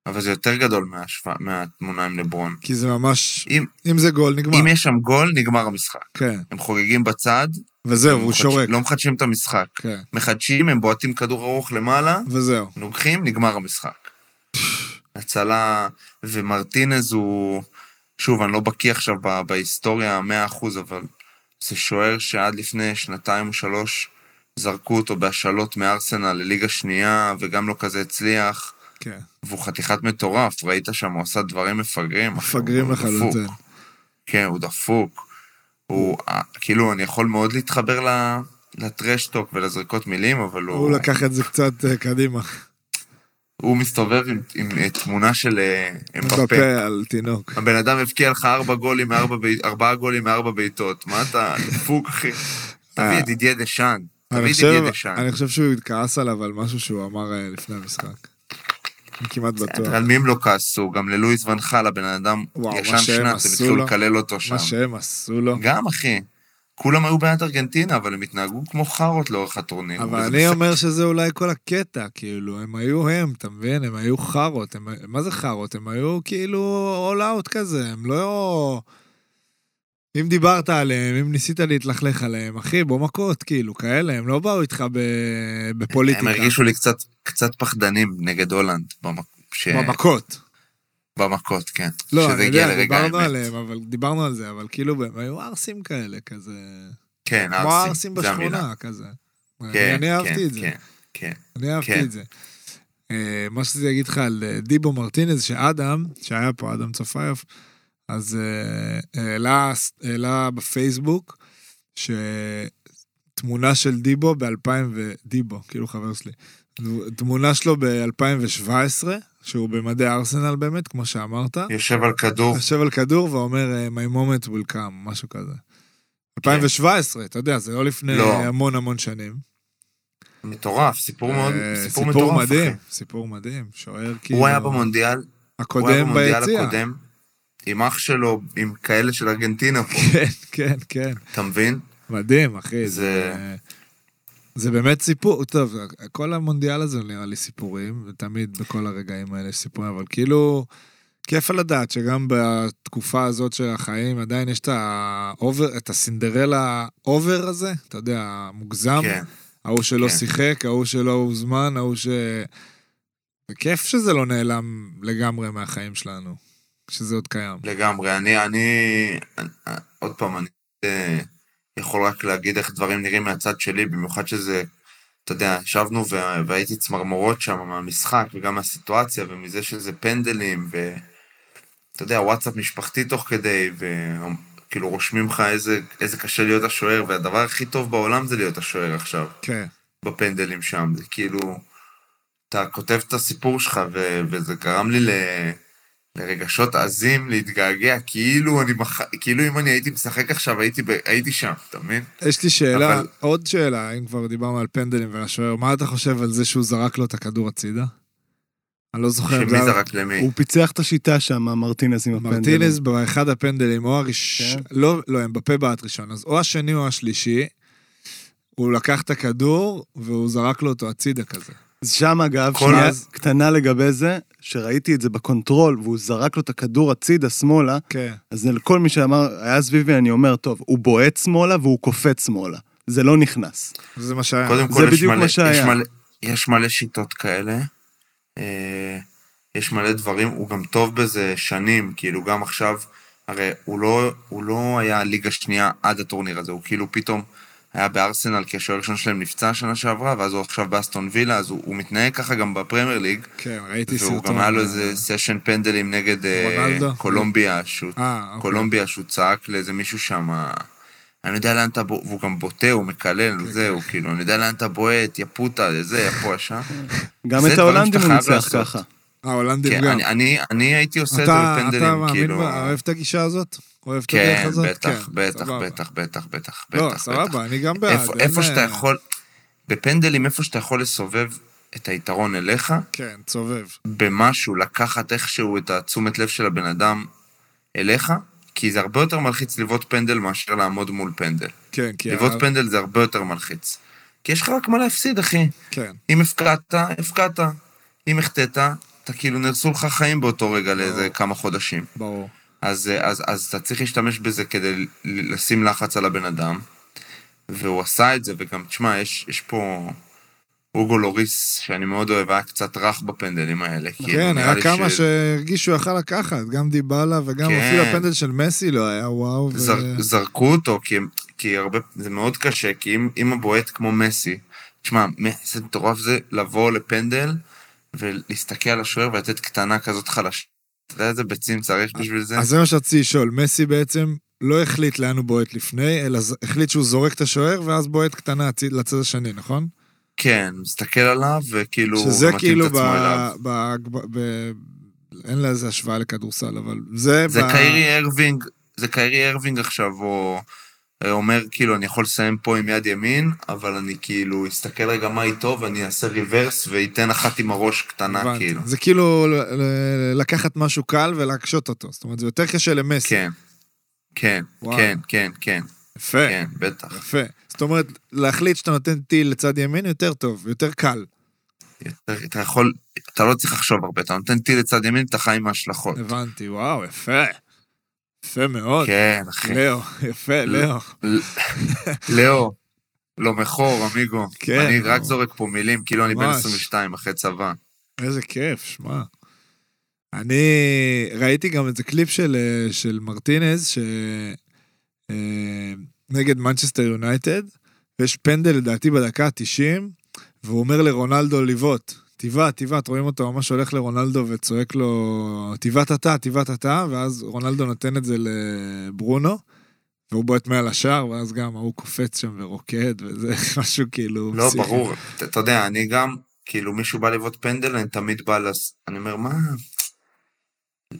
[SPEAKER 2] אבל זה יותר גדול מהשפ... מהתמונה עם לברון.
[SPEAKER 3] כי זה ממש...
[SPEAKER 2] אם,
[SPEAKER 3] אם זה גול, נגמר.
[SPEAKER 2] אם יש שם גול, נגמר המשחק.
[SPEAKER 3] כן.
[SPEAKER 2] הם חוגגים בצד,
[SPEAKER 3] וזהו,
[SPEAKER 2] הם
[SPEAKER 3] הוא
[SPEAKER 2] מחדש-
[SPEAKER 3] שורק.
[SPEAKER 2] לא מחדשים את המשחק.
[SPEAKER 3] כן.
[SPEAKER 2] מחדשים, הם בועטים כדור ארוך למעלה,
[SPEAKER 3] וזהו.
[SPEAKER 2] לוקחים, נגמר המשחק. הצלה, ומרטינז הוא, שוב, אני לא בקיא עכשיו ב- בהיסטוריה 100%, אבל זה שוער שעד לפני שנתיים או שלוש זרקו אותו בהשאלות מארסנל לליגה שנייה, וגם לא כזה הצליח,
[SPEAKER 3] כן.
[SPEAKER 2] והוא חתיכת מטורף, ראית שם, הוא עשה דברים מפגרים.
[SPEAKER 3] מפגרים
[SPEAKER 2] הוא דפוק.
[SPEAKER 3] לחלוטין.
[SPEAKER 2] כן, הוא דפוק. הוא, אה, כאילו, אני יכול מאוד להתחבר ל- לטרשטוק ולזריקות מילים, אבל הוא...
[SPEAKER 3] הוא לקח את זה קצת אה, קדימה.
[SPEAKER 2] הוא מסתובב עם, עם אה, תמונה של אה, אמבפה.
[SPEAKER 3] בפה על תינוק.
[SPEAKER 2] הבן אדם הבקיע לך ארבע גולים מארבע בעיט- ארבעה גולים מארבע בעיטות. מה אתה, דפוק אחי? תביא את ידידיה דשאן. תביא
[SPEAKER 3] אה.
[SPEAKER 2] את
[SPEAKER 3] אני חושב,
[SPEAKER 2] ידידיה דשאן.
[SPEAKER 3] אני חושב שהוא התכעס עליו על משהו שהוא אמר אה, לפני המשחק. אני כמעט בטוח.
[SPEAKER 2] על מי הם לא כעסו? גם ללואיס ונחל, הבן אדם
[SPEAKER 3] וואו, מה
[SPEAKER 2] ישן
[SPEAKER 3] שהם
[SPEAKER 2] שנת, הם
[SPEAKER 3] עשו
[SPEAKER 2] התחילו
[SPEAKER 3] לו.
[SPEAKER 2] לקלל אותו שם.
[SPEAKER 3] מה שהם עשו לו.
[SPEAKER 2] גם אחי. כולם היו בעד ארגנטינה, אבל הם התנהגו כמו חארות לאורך הטורניר.
[SPEAKER 3] אבל
[SPEAKER 2] וזה
[SPEAKER 3] אני
[SPEAKER 2] בסדר.
[SPEAKER 3] אומר שזה אולי כל הקטע, כאילו, הם היו הם, אתה מבין? הם היו חארות. הם- מה זה חארות? הם היו כאילו all out כזה, הם לא... אם דיברת עליהם, אם ניסית להתלכלך עליהם, אחי, בוא מכות, כאילו, כאלה, הם לא באו איתך ב... בפוליטיקה.
[SPEAKER 2] הם הרגישו לי קצת, קצת פחדנים נגד הולנד. במק- ש-
[SPEAKER 3] במכות.
[SPEAKER 2] במכות, כן.
[SPEAKER 3] לא,
[SPEAKER 2] שזה
[SPEAKER 3] אני
[SPEAKER 2] הגיע
[SPEAKER 3] יודע,
[SPEAKER 2] לרגע
[SPEAKER 3] דיברנו
[SPEAKER 2] האמת.
[SPEAKER 3] עליהם, אבל דיברנו על זה, אבל כאילו, הם היו ערסים כאלה, כזה...
[SPEAKER 2] כן,
[SPEAKER 3] כמו
[SPEAKER 2] ארסים,
[SPEAKER 3] הערסים
[SPEAKER 2] זה המילה.
[SPEAKER 3] בשכונה, כזה.
[SPEAKER 2] כן,
[SPEAKER 3] אני אהבתי
[SPEAKER 2] כן,
[SPEAKER 3] את זה.
[SPEAKER 2] כן, כן.
[SPEAKER 3] אני אהבתי
[SPEAKER 2] כן.
[SPEAKER 3] את זה. אה, מה שרציתי להגיד לך על אה, דיבו מרטינז, שאדם, שהיה פה, אדם צפייף, אז אה, העלה, העלה בפייסבוק, שתמונה של דיבו ב-2000 ו... דיבו, כאילו חבר שלי. תמונה שלו ב-2017, שהוא במדי ארסנל באמת, כמו שאמרת.
[SPEAKER 2] יושב על כדור,
[SPEAKER 3] יושב על כדור ואומר, אה, My moment will come, משהו כזה. 2017, אתה יודע, זה לא לפני
[SPEAKER 2] לא.
[SPEAKER 3] המון המון שנים.
[SPEAKER 2] מטורף, סיפור מאוד,
[SPEAKER 3] אה,
[SPEAKER 2] סיפור מטורף. אחי.
[SPEAKER 3] מדהים, סיפור מדהים, שוער כאילו...
[SPEAKER 2] הוא היה במונדיאל, הוא היה
[SPEAKER 3] הקודם
[SPEAKER 2] במונדיאל
[SPEAKER 3] ביציע.
[SPEAKER 2] הקודם, עם אח שלו, עם כאלה של ארגנטינה פה,
[SPEAKER 3] כן, כן, כן.
[SPEAKER 2] אתה מבין?
[SPEAKER 3] מדהים, אחי. זה...
[SPEAKER 2] זה-
[SPEAKER 3] זה באמת סיפור, טוב, כל המונדיאל הזה נראה לי סיפורים, ותמיד בכל הרגעים האלה יש סיפורים, אבל כאילו, כיף לדעת שגם בתקופה הזאת של החיים עדיין יש את, האובר, את הסינדרלה אובר הזה, אתה יודע, המוגזם,
[SPEAKER 2] כן.
[SPEAKER 3] ההוא שלא
[SPEAKER 2] כן.
[SPEAKER 3] שיחק, ההוא שלא הוזמן, ההוא ש... זה כיף שזה לא נעלם לגמרי מהחיים שלנו, שזה עוד קיים.
[SPEAKER 2] לגמרי. אני, אני, אני- עוד פעם, אני אה, יכול רק להגיד איך דברים נראים מהצד שלי, במיוחד שזה, אתה יודע, ישבנו ו- והייתי צמרמורות שם מהמשחק, וגם מהסיטואציה, ומזה שזה פנדלים, ו... אתה יודע, וואטסאפ משפחתי תוך כדי, וכאילו רושמים לך איזה, איזה קשה להיות השוער, והדבר הכי טוב בעולם זה להיות השוער עכשיו.
[SPEAKER 3] כן.
[SPEAKER 2] בפנדלים שם, זה כאילו, אתה כותב את הסיפור שלך, ו- וזה גרם לי ל... לרגשות עזים, להתגעגע, כאילו אני מח... כאילו אם אני הייתי משחק עכשיו, הייתי, ב... הייתי שם, אתה מבין?
[SPEAKER 3] יש לי שאלה, אבל...
[SPEAKER 2] אבל-
[SPEAKER 3] עוד שאלה, אם כבר דיברנו על פנדלים והשוער, מה אתה חושב על זה שהוא זרק לו את הכדור הצידה? אני לא זוכר אם
[SPEAKER 2] שמי
[SPEAKER 3] זה היה...
[SPEAKER 2] זרק למי?
[SPEAKER 4] הוא פיצח את השיטה שם, מרטינז עם הפנדלים.
[SPEAKER 3] מרטינז באחד הפנדלים, או הראשון,
[SPEAKER 4] כן.
[SPEAKER 3] לא, לא, הם בפה בעט ראשון, אז או השני או השלישי, הוא לקח את הכדור והוא זרק לו אותו הצידה כזה.
[SPEAKER 4] אז שם אגב,
[SPEAKER 2] כל
[SPEAKER 4] שנייה
[SPEAKER 2] אז-
[SPEAKER 4] קטנה לגבי זה, שראיתי את זה בקונטרול, והוא זרק לו את הכדור הצידה שמאלה,
[SPEAKER 3] כן.
[SPEAKER 4] אז לכל מי שאמר, היה סביבי, אני אומר, טוב, הוא בועט שמאלה והוא קופץ שמאלה. זה לא נכנס.
[SPEAKER 3] אה, זה מה שהיה.
[SPEAKER 2] קודם
[SPEAKER 4] זה
[SPEAKER 2] כל, יש
[SPEAKER 4] בדיוק
[SPEAKER 2] מלא,
[SPEAKER 4] מה
[SPEAKER 2] יש,
[SPEAKER 4] שהיה.
[SPEAKER 2] מלא, יש מלא שיטות כאלה. אה, יש מלא דברים, הוא גם טוב בזה שנים, כאילו גם עכשיו, הרי הוא לא, הוא לא היה ליגה שנייה עד הטורניר הזה, הוא כאילו פתאום היה בארסנל כי השוער הראשון שלהם נפצע שנה שעברה, ואז הוא עכשיו באסטון וילה, אז הוא, הוא מתנהג ככה גם בפרמייר ליג,
[SPEAKER 3] כן, ראיתי סרטון.
[SPEAKER 2] והוא גם היה לו
[SPEAKER 3] אה,
[SPEAKER 2] איזה סשן פנדלים נגד אה,
[SPEAKER 3] רונלדו?
[SPEAKER 2] קולומביה, שהוא
[SPEAKER 3] אה, אוקיי.
[SPEAKER 2] קולומביה שהוא צעק לאיזה מישהו שם, אני יודע לאן אתה בועט, והוא גם בוטה, הוא
[SPEAKER 3] כן,
[SPEAKER 2] מקלל, זהו, כאילו, אני יודע לאן אתה בועט, יא פוטה, זה, יא פושע.
[SPEAKER 4] גם
[SPEAKER 2] זה
[SPEAKER 4] את
[SPEAKER 2] דברים
[SPEAKER 4] האולנדים
[SPEAKER 2] שאתה
[SPEAKER 4] הוא
[SPEAKER 2] חייב
[SPEAKER 4] ניצח
[SPEAKER 2] לעשות.
[SPEAKER 4] ככה.
[SPEAKER 3] ההולנדים
[SPEAKER 2] כן,
[SPEAKER 3] גם.
[SPEAKER 2] אני- אני- אני הייתי עושה את זה
[SPEAKER 3] אתה, אתה
[SPEAKER 2] בפנדלים,
[SPEAKER 3] מאמין,
[SPEAKER 2] כאילו...
[SPEAKER 3] בה? אוהב את הגישה הזאת? אוהב את הדרך
[SPEAKER 2] כן,
[SPEAKER 3] הזאת?
[SPEAKER 2] בטח, בטח,
[SPEAKER 3] סבבה.
[SPEAKER 2] בטח, בטח, בטח,
[SPEAKER 3] לא,
[SPEAKER 2] בטח, בטח.
[SPEAKER 3] סבבה, אני גם בעד.
[SPEAKER 2] איפה-
[SPEAKER 3] אין,
[SPEAKER 2] איפה שאתה
[SPEAKER 3] אה,
[SPEAKER 2] יכול, בפנדלים, איפה שאתה יכול לסובב את היתרון אליך,
[SPEAKER 3] כן, סובב.
[SPEAKER 2] במשהו, לקחת איכשהו את התשומת לב של הבן אדם אליך, כי זה הרבה יותר מלחיץ לבעוט פנדל מאשר לעמוד מול פנדל.
[SPEAKER 3] כן, כי...
[SPEAKER 2] לבעוט
[SPEAKER 3] ה-
[SPEAKER 2] פנדל זה הרבה יותר מלחיץ. כי יש לך רק מה להפסיד, אחי.
[SPEAKER 3] כן,
[SPEAKER 2] אם הפקעת, הפקעת. אם החטאת, אתה כאילו נהרסו לך חיים באותו רגע
[SPEAKER 3] לא.
[SPEAKER 2] לאיזה כמה חודשים.
[SPEAKER 3] ברור.
[SPEAKER 2] אז, אה, אז, אז אתה צריך להשתמש בזה כדי ל- לשים לחץ על הבן אדם, והוא עשה את זה, וגם, תשמע, יש, יש פה... אוגו לוריס, שאני מאוד אוהב, היה קצת רך בפנדלים האלה. כאילו,
[SPEAKER 3] כן,
[SPEAKER 2] נראה
[SPEAKER 3] היה
[SPEAKER 2] לי
[SPEAKER 3] כמה
[SPEAKER 2] ש-
[SPEAKER 3] שהרגישו יכל לקחת, גם דיבלה וגם
[SPEAKER 2] כן.
[SPEAKER 3] אפילו הפנדל של מסי לא היה וואו. ו-
[SPEAKER 2] זר, זרקו אותו, כי, הם- כי הרבה, זה מאוד קשה, כי אם, אם הבועט כמו מסי, תשמע, מ- זה מטורף זה לבוא לפנדל ולהסתכל על השוער ולתת קטנה כזאת חלשה. אתה יודע איזה ביצים צריך בשביל זה?
[SPEAKER 3] אז זה מה שרציתי לשאול, מסי בעצם לא החליט לאן הוא בועט לפני, אלא ז- החליט שהוא זורק את השוער ואז בועט קטנה הצי- לצד השני, נכון?
[SPEAKER 2] כן, מסתכל עליו וכאילו,
[SPEAKER 3] שזה
[SPEAKER 2] מתאים את
[SPEAKER 3] כאילו ב...
[SPEAKER 2] עצמו אליו.
[SPEAKER 3] ב... ב... ב... אין לזה השוואה לכדורסל, אבל זה...
[SPEAKER 2] זה
[SPEAKER 3] ב-
[SPEAKER 2] קיירי ארווינג, זה קיירי ארווינג עכשיו, או... אה, אומר כאילו אני יכול לסיים פה עם יד ימין, אבל אני כאילו אסתכל רגע מה איתו ואני אעשה ריברס ואתן אחת עם הראש קטנה
[SPEAKER 3] הבנתי.
[SPEAKER 2] כאילו.
[SPEAKER 3] זה כאילו ל- ל- לקחת משהו קל ולהקשות אותו, זאת אומרת, זה יותר קשה למסי.
[SPEAKER 2] כן, כן,
[SPEAKER 3] וואו.
[SPEAKER 2] כן, כן, כן.
[SPEAKER 3] יפה,
[SPEAKER 2] כן, בטח.
[SPEAKER 3] יפה. זאת אומרת, להחליט שאתה נותן טיל לצד ימין יותר טוב, יותר קל.
[SPEAKER 2] יותר- אתה יכול, אתה לא צריך לחשוב הרבה, אתה נותן טיל לצד ימין, אתה חי עם ההשלכות.
[SPEAKER 3] הבנתי, וואו, יפה. יפה מאוד.
[SPEAKER 2] כן, אחי.
[SPEAKER 3] לאו, יפה, לאו.
[SPEAKER 2] לאו, לא מכור, אמיגו.
[SPEAKER 3] כן,
[SPEAKER 2] אני
[SPEAKER 3] לא.
[SPEAKER 2] רק זורק פה מילים, כאילו אני בן
[SPEAKER 3] ממש.
[SPEAKER 2] 22 אחרי צבא.
[SPEAKER 3] איזה כיף, שמע. אני ראיתי גם איזה קליפ של, אה, של מרטינז, ש... אה, נגד מנצ'סטר יונייטד, ויש פנדל לדעתי בדקה ה-90, והוא אומר לרונלדו לבעוט. תבעט, תבעט, רואים אותו ממש הולך לרונלדו וצועק לו, תבעט אתה, תבעט אתה, ואז רונלדו נותן את זה לברונו, והוא בועט מעל השער, ואז גם ההוא קופץ שם ורוקד, וזה משהו כאילו...
[SPEAKER 2] לא,
[SPEAKER 3] פסיכי.
[SPEAKER 2] ברור. אתה- אתה יודע, אני גם, כאילו מישהו בא לבעוט פנדל, אני תמיד בא לס... אני אומר, מה?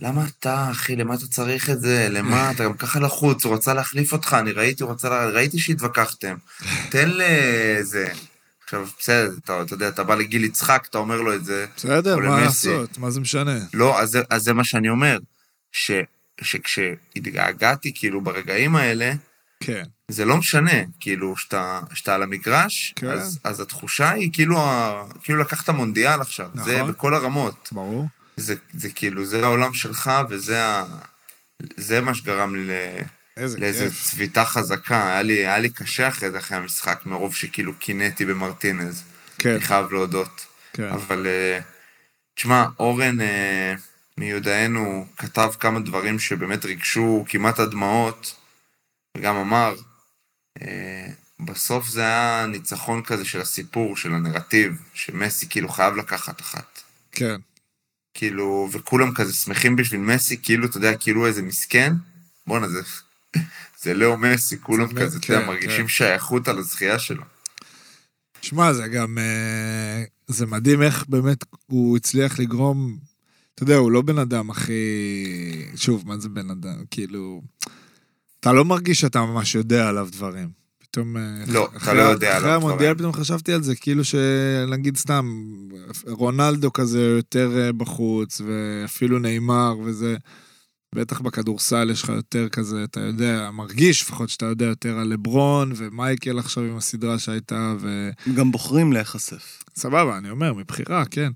[SPEAKER 2] למה אתה, אחי, למה אתה צריך את זה? למה? אתה גם ככה לחוץ, הוא רצה להחליף אותך, אני ראיתי, הוא רצה, לה- ראיתי שהתווכחתם. תן לזה. עכשיו, בסדר, אתה, אתה יודע, אתה בא לגיל יצחק, אתה אומר לו את זה.
[SPEAKER 3] בסדר,
[SPEAKER 2] או
[SPEAKER 3] מה
[SPEAKER 2] למסי.
[SPEAKER 3] לעשות? מה זה משנה?
[SPEAKER 2] לא, אז, זה- אז זה מה שאני אומר, ש, שכשהתגעגעתי, כאילו, ברגעים האלה,
[SPEAKER 3] כן.
[SPEAKER 2] זה לא משנה, כאילו, שאתה, שאתה על המגרש,
[SPEAKER 3] כן.
[SPEAKER 2] כן. אז, אז התחושה היא כאילו, ה, כאילו לקחת מונדיאל עכשיו, נכון. זה
[SPEAKER 3] נכון.
[SPEAKER 2] בכל הרמות.
[SPEAKER 3] ברור.
[SPEAKER 2] זה, זה כאילו, זה העולם שלך, וזה ה, זה מה שגרם לי ל,
[SPEAKER 3] איזה
[SPEAKER 2] לאיזו
[SPEAKER 3] כיף.
[SPEAKER 2] צביטה חזקה. היה לי, היה לי קשה אחרי זה, אחרי המשחק, מרוב שכאילו קינאתי במרטינז,
[SPEAKER 3] כן,
[SPEAKER 2] אני חייב להודות.
[SPEAKER 3] כן.
[SPEAKER 2] אבל אה, תשמע, אורן אה, מיודענו כתב כמה דברים שבאמת ריגשו כמעט עד דמעות, וגם אמר, אה, בסוף זה היה ניצחון כזה של הסיפור, של הנרטיב, שמסי כאילו חייב לקחת אחת.
[SPEAKER 3] כן.
[SPEAKER 2] כאילו, וכולם כזה שמחים בשביל מסי, כאילו, אתה יודע, כאילו איזה מסכן, בואנה, זה... זה לאו מסי, כולם
[SPEAKER 3] זה-
[SPEAKER 2] כזה, אתה יודע,
[SPEAKER 3] כן, כן.
[SPEAKER 2] מרגישים שייכות על הזכייה שלו.
[SPEAKER 3] שמע, זה גם... אה, זה מדהים איך באמת הוא הצליח לגרום... אתה יודע, הוא לא בן אדם הכי... שוב, מה זה בן אדם? כאילו... אתה לא מרגיש שאתה ממש יודע עליו דברים. פתאום... אה,
[SPEAKER 2] לא,
[SPEAKER 3] אח-
[SPEAKER 2] אתה
[SPEAKER 3] אחרי-
[SPEAKER 2] לא יודע עליו
[SPEAKER 3] אחרי המונדיאל
[SPEAKER 2] דברים.
[SPEAKER 3] פתאום חשבתי על זה, כאילו שנגיד סתם, רונלדו כזה יותר אה, בחוץ, ואפילו נאמר וזה... בטח בכדורסל יש לך יותר כזה, אתה יודע, מרגיש לפחות שאתה יודע יותר על לברון ומייקל עכשיו עם הסדרה שהייתה, ו...
[SPEAKER 4] גם בוחרים להיחשף.
[SPEAKER 3] סבבה, אני אומר, מבחירה, כן.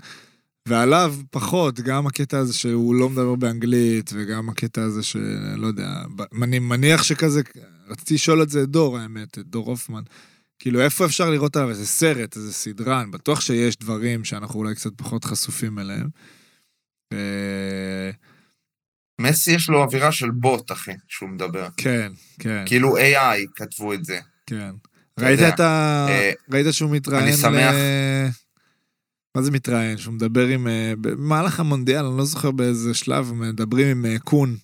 [SPEAKER 3] ועליו פחות, גם הקטע הזה שהוא לא מדבר באנגלית, וגם הקטע הזה שלא יודע, ב- אני מניח שכזה, רציתי לשאול את זה את דור, האמת, את דור הופמן. כאילו, איפה אפשר לראות עליו איזה סרט, איזה סדרה? אני בטוח שיש דברים שאנחנו אולי קצת פחות חשופים אליהם. אה,
[SPEAKER 2] מסי יש לו אווירה של בוט, אחי, שהוא מדבר.
[SPEAKER 3] כן, כן,
[SPEAKER 2] כאילו AI כתבו את זה.
[SPEAKER 3] כן.
[SPEAKER 2] אתה
[SPEAKER 3] ראית
[SPEAKER 2] יודע,
[SPEAKER 3] את ה...
[SPEAKER 2] אה,
[SPEAKER 3] ראית שהוא מתראיין
[SPEAKER 2] אני שמח.
[SPEAKER 3] ל... מה זה מתראיין? שהוא מדבר עם... אה, במהלך המונדיאל, אני לא זוכר באיזה שלב, מדברים עם אה, קון.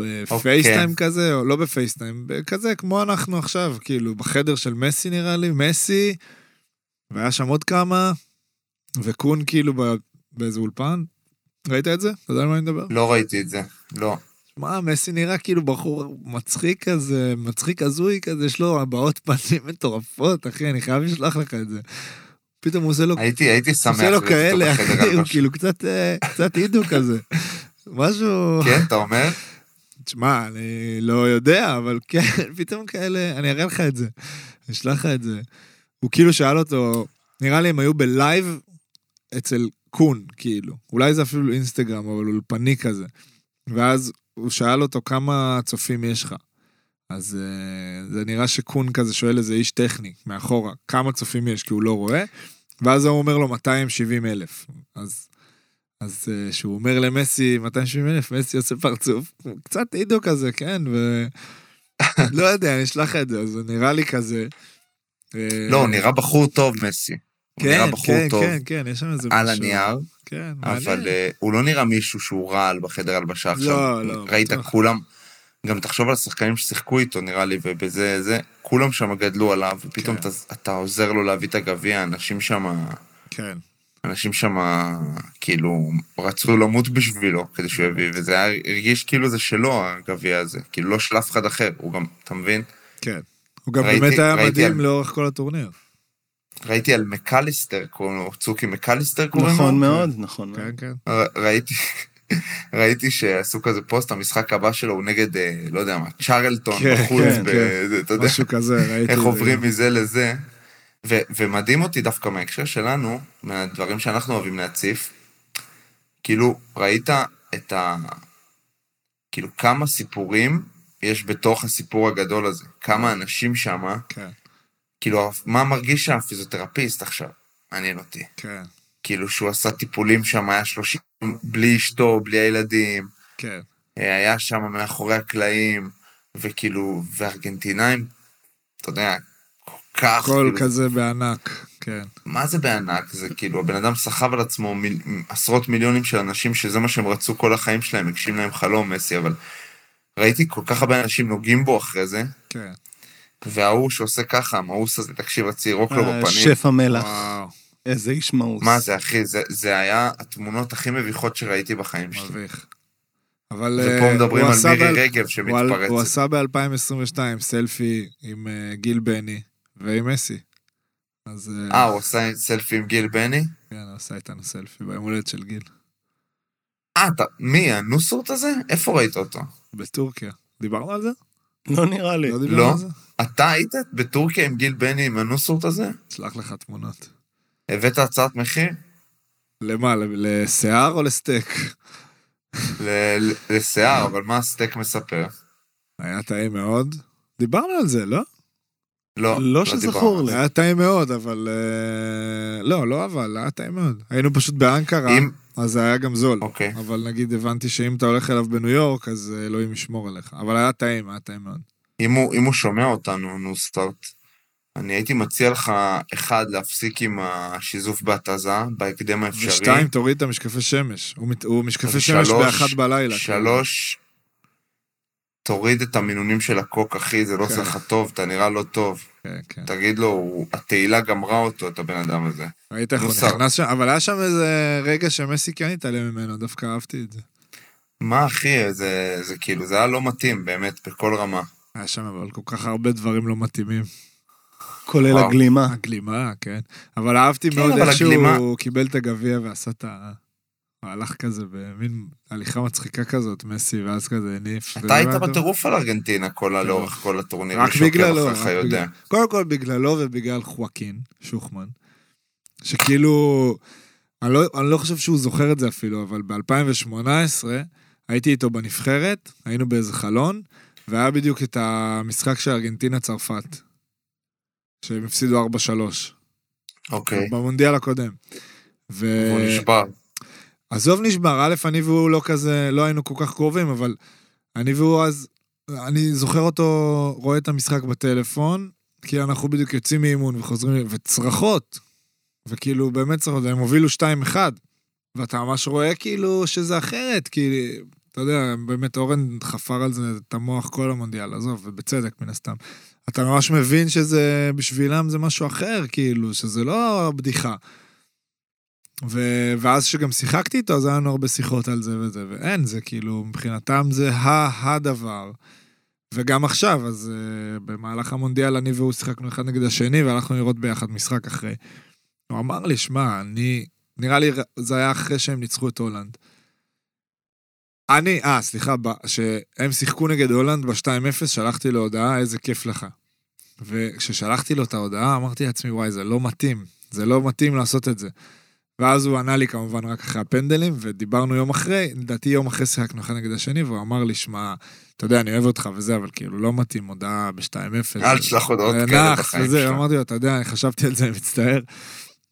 [SPEAKER 3] בפייסטיים
[SPEAKER 2] אוקיי.
[SPEAKER 3] כזה, או לא בפייסטיים, כזה כמו אנחנו עכשיו, כאילו, בחדר של מסי נראה לי, מסי, והיה שם עוד כמה, וקון כאילו ב- באיזה אולפן. ראית את זה? אתה יודע על מה אני מדבר?
[SPEAKER 2] לא ראיתי את זה, לא.
[SPEAKER 3] מה, מסי נראה כאילו בחור מצחיק כזה, מצחיק הזוי כזה, יש לו הבעות פנים מטורפות, אחי, אני חייב לשלוח לך את זה. פתאום הוא עושה לו,
[SPEAKER 2] הייתי, הייתי
[SPEAKER 3] הוא
[SPEAKER 2] שמח.
[SPEAKER 3] עושה לו
[SPEAKER 2] להיות איתו
[SPEAKER 3] כאלה,
[SPEAKER 2] בחדר
[SPEAKER 3] אחי, הוא
[SPEAKER 2] הלבשה.
[SPEAKER 3] כאילו קצת, אה, קצת עידו כזה. משהו,
[SPEAKER 2] כן, אתה אומר?
[SPEAKER 3] תשמע, אני לא יודע, אבל כן, פתאום כאלה, אני אראה לך את זה, אני אשלח לך את זה. הוא כאילו שאל אותו, נראה לי הם היו בלייב אצל קון, כאילו. אולי זה אפילו אינסטגרם, אבל אולפני כזה. ואז הוא שאל אותו כמה צופים יש לך. אז uh, זה נראה שקון כזה שואל איזה איש טכני מאחורה, כמה צופים יש, כי הוא לא רואה, ואז הוא אומר לו 270 אלף. אז, אז uh, שהוא אומר למסי 270 אלף, מסי עושה פרצוף, הוא קצת עידו כזה, כן, ו... לא יודע, אני אשלח את זה, אז זה נראה לי כזה. אה,
[SPEAKER 2] לא, הוא נראה בחור טוב, מסי. הוא נראה
[SPEAKER 3] כן,
[SPEAKER 2] בחור
[SPEAKER 3] כן,
[SPEAKER 2] טוב
[SPEAKER 3] כן, כן, יש שם איזה
[SPEAKER 2] על
[SPEAKER 3] משהו.
[SPEAKER 2] הנייר,
[SPEAKER 3] כן, מעניין.
[SPEAKER 2] אבל אה, הוא לא נראה מישהו שהוא רעל בחדר הלבשה עכשיו.
[SPEAKER 3] לא,
[SPEAKER 2] ראית
[SPEAKER 3] בטוח.
[SPEAKER 2] כולם, גם תחשוב על השחקנים ששיחקו איתו, נראה לי, ובזה, זה, כולם שם גדלו עליו, ופתאום
[SPEAKER 3] כן.
[SPEAKER 2] אתה- אתה עוזר לו להביא את הגביע, אנשים שם...
[SPEAKER 3] כן.
[SPEAKER 2] אנשים שם כאילו רצו למות בשבילו כדי שהוא יביא, וזה היה, הרגיש כאילו זה שלו הגביע הזה, כאילו לא של אף אחד אחר, הוא גם, אתה מבין?
[SPEAKER 3] כן. הוא גם
[SPEAKER 2] ראיתי-
[SPEAKER 3] באמת היה
[SPEAKER 2] ראיתי
[SPEAKER 3] מדהים
[SPEAKER 2] על-
[SPEAKER 3] לאורך כל הטורניר.
[SPEAKER 2] ראיתי על מקליסטר, קוראים לו, צוקי מקליסטר קוראים לו?
[SPEAKER 4] נכון מאוד, נכון מאוד.
[SPEAKER 3] כן, כן.
[SPEAKER 2] ר- ראיתי, ראיתי שעשו כזה פוסט, המשחק הבא שלו הוא נגד, אה, לא יודע מה, צ'רלטון
[SPEAKER 3] כן,
[SPEAKER 2] בחוץ,
[SPEAKER 4] כן,
[SPEAKER 2] ב-
[SPEAKER 3] כן.
[SPEAKER 2] זה, אתה יודע,
[SPEAKER 3] משהו כזה, ראיתי.
[SPEAKER 2] איך
[SPEAKER 3] את זה.
[SPEAKER 2] עוברים מזה לזה. ו, ומדהים אותי דווקא מההקשר שלנו, מהדברים שאנחנו אוהבים להציף, כאילו, ראית את ה... כאילו, כמה סיפורים יש בתוך הסיפור הגדול הזה, כמה אנשים שמה,
[SPEAKER 3] כן,
[SPEAKER 2] כאילו, מה מרגיש שהפיזיותרפיסט עכשיו? מעניין אותי.
[SPEAKER 3] כן,
[SPEAKER 2] כאילו שהוא עשה טיפולים שם, היה 30 בלי אשתו, בלי הילדים,
[SPEAKER 3] כן.
[SPEAKER 2] אה, היה שם מאחורי הקלעים, וכאילו, וארגנטינאים, אתה יודע, כל כך,
[SPEAKER 3] הכל
[SPEAKER 2] כאילו,
[SPEAKER 3] כזה בענק, כן.
[SPEAKER 2] מה זה בענק? זה כאילו, הבן אדם סחב על עצמו מיל, עשרות מיליונים של אנשים שזה מה שהם רצו כל החיים שלהם, הגשים להם חלום, מסי, אבל ראיתי כל כך הרבה אנשים נוגעים בו אחרי זה,
[SPEAKER 3] כן.
[SPEAKER 2] וההוא שעושה ככה, מאוס הזה, תקשיב, רציתי לירוק לו
[SPEAKER 4] אה,
[SPEAKER 2] בפנים.
[SPEAKER 4] שפע מלח,
[SPEAKER 3] וואו,
[SPEAKER 4] איזה איש מאוס.
[SPEAKER 2] מה זה, אחי? זה, זה היה התמונות הכי מביכות שראיתי בחיים שלי.
[SPEAKER 3] מביך. אבל
[SPEAKER 2] ופה
[SPEAKER 3] אה,
[SPEAKER 2] מדברים
[SPEAKER 3] הוא
[SPEAKER 2] על
[SPEAKER 3] עשה
[SPEAKER 2] מירי
[SPEAKER 3] ב-
[SPEAKER 2] רגב
[SPEAKER 3] הוא על- הוא
[SPEAKER 2] שמתפרצת.
[SPEAKER 3] עשה ב-2022 סלפי עם אה, גיל בני ועם מסי. אז אה,
[SPEAKER 2] אה, הוא עשה סלפי עם גיל בני?
[SPEAKER 3] כן, הוא עשה איתנו סלפי ביום הולדת של גיל.
[SPEAKER 2] אה, אתה, מי, הנוסורט הזה? איפה ראית אותו?
[SPEAKER 3] בטורקיה. דיברנו על זה?
[SPEAKER 4] לא נראה לי.
[SPEAKER 3] לא
[SPEAKER 2] לא.
[SPEAKER 3] דיברנו על זה?
[SPEAKER 2] אתה היית בטורקיה עם גיל בני עם הנוסורט הזה?
[SPEAKER 3] אשלח לך תמונות.
[SPEAKER 2] הבאת הצעת מחיר?
[SPEAKER 3] למה, ל- לשיער או לסטייק?
[SPEAKER 2] ל- ל- לשיער, אבל מה הסטייק מספר?
[SPEAKER 3] היה טעים מאוד. דיברנו על זה, לא?
[SPEAKER 2] לא,
[SPEAKER 4] לא שזכור
[SPEAKER 2] דיברנו.
[SPEAKER 4] לי.
[SPEAKER 3] היה טעים מאוד, אבל... אה, לא, לא אבל, היה טעים מאוד. היינו פשוט באנקרה,
[SPEAKER 2] אם-
[SPEAKER 3] אז זה היה גם זול.
[SPEAKER 2] אוקיי.
[SPEAKER 3] אבל נגיד הבנתי שאם אתה הולך אליו בניו יורק, אז אה, אלוהים ישמור עליך. אבל היה טעים, היה טעים מאוד.
[SPEAKER 2] אם הוא- אם הוא שומע אותנו, נוסטרט, אני הייתי מציע לך, אחד, להפסיק עם השיזוף בהתזה בהקדם האפשרי.
[SPEAKER 3] ושתיים, תוריד את המשקפי שמש. הוא מת- הוא משקפי
[SPEAKER 2] אז
[SPEAKER 3] שמש
[SPEAKER 2] שלוש-
[SPEAKER 3] באחת בלילה. כן.
[SPEAKER 2] שלוש, תוריד את המינונים של הקוק, אחי, זה לא
[SPEAKER 3] כן.
[SPEAKER 2] עושה לך טוב, אתה נראה לא טוב.
[SPEAKER 3] כן, כן.
[SPEAKER 2] תגיד לו, הוא- התהילה גמרה אותו, את הבן אדם הזה.
[SPEAKER 3] ראית איך הוא
[SPEAKER 2] מוסר.
[SPEAKER 3] נכנס שם? אבל היה שם איזה רגע שמסי כן התעלם ממנו, דווקא אהבתי את זה.
[SPEAKER 2] מה, אחי, זה, זה כאילו, זה היה לא מתאים, באמת, בכל רמה.
[SPEAKER 3] היה שם אבל כל כך הרבה דברים לא מתאימים.
[SPEAKER 4] כולל
[SPEAKER 2] וואו.
[SPEAKER 4] הגלימה.
[SPEAKER 3] הגלימה, כן. אבל אהבתי
[SPEAKER 2] כן,
[SPEAKER 3] מאוד
[SPEAKER 2] אבל
[SPEAKER 3] איך
[SPEAKER 2] הגלימה-
[SPEAKER 3] שהוא קיבל את הגביע ועשה את ה... מהלך כזה במין הליכה מצחיקה כזאת, מסי, ואז כזה הניף.
[SPEAKER 2] אתה היית
[SPEAKER 3] וזה לא- היה טוב.
[SPEAKER 2] בטירוף על ארגנטינה כל ה-
[SPEAKER 3] כן.
[SPEAKER 2] לאורך כל הטורניר,
[SPEAKER 3] רק
[SPEAKER 2] מי שעוקב
[SPEAKER 3] בגללו,
[SPEAKER 2] אחריך
[SPEAKER 3] רק
[SPEAKER 2] יודע.
[SPEAKER 3] קודם כל בגללו ובגלל חואקין, שוחמן, שכאילו, אני לא, אני לא חושב שהוא זוכר את זה אפילו, אבל ב-2018 הייתי איתו בנבחרת, היינו באיזה חלון, והיה בדיוק את המשחק של ארגנטינה-צרפת, שהם הפסידו 4-3,
[SPEAKER 2] אוקיי.
[SPEAKER 3] במונדיאל הקודם. ו...
[SPEAKER 2] הוא נשבר.
[SPEAKER 3] עזוב נשבר, א', אני והוא לא כזה, לא היינו כל כך קרובים, אבל אני והוא אז, אני זוכר אותו רואה את המשחק בטלפון, כי אנחנו בדיוק יוצאים מאימון וחוזרים, וצרחות, וכאילו באמת צרחות, והם הובילו 2-1, ואתה ממש רואה כאילו שזה אחרת, כי אתה יודע, באמת אורן חפר על זה את המוח כל המונדיאל, עזוב, ובצדק מן הסתם. אתה ממש מבין שזה, בשבילם זה משהו אחר, כאילו, שזה לא בדיחה. ו- ואז שגם שיחקתי איתו, אז היה לנו הרבה שיחות על זה וזה, ואין, זה כאילו, מבחינתם זה ה-הדבר. וגם עכשיו, אז uh, במהלך המונדיאל אני והוא שיחקנו אחד נגד השני, והלכנו לראות ביחד משחק אחרי. הוא אמר לי, שמע, אני... נראה לי ר- זה היה אחרי שהם ניצחו את הולנד. אני, אה, סליחה, ב- שהם שיחקו נגד הולנד ב-2-0, שלחתי לו הודעה, איזה כיף לך. וכששלחתי לו את ההודעה, אמרתי לעצמי, וואי, זה לא מתאים. זה לא מתאים לעשות את זה. ואז הוא ענה לי כמובן רק אחרי הפנדלים, ודיברנו יום אחרי, לדעתי יום אחרי שיחקנו אחד נגד השני, והוא אמר לי, שמע, אתה יודע, אני אוהב אותך וזה, אבל כאילו לא מתאים הודעה ב-2-0.
[SPEAKER 2] אל תשלח הודעות כאלה
[SPEAKER 3] נח,
[SPEAKER 2] בחיים
[SPEAKER 3] וזה,
[SPEAKER 2] שלך.
[SPEAKER 3] אמרתי לו, אתה יודע, אני חשבתי על זה, אני מצטער,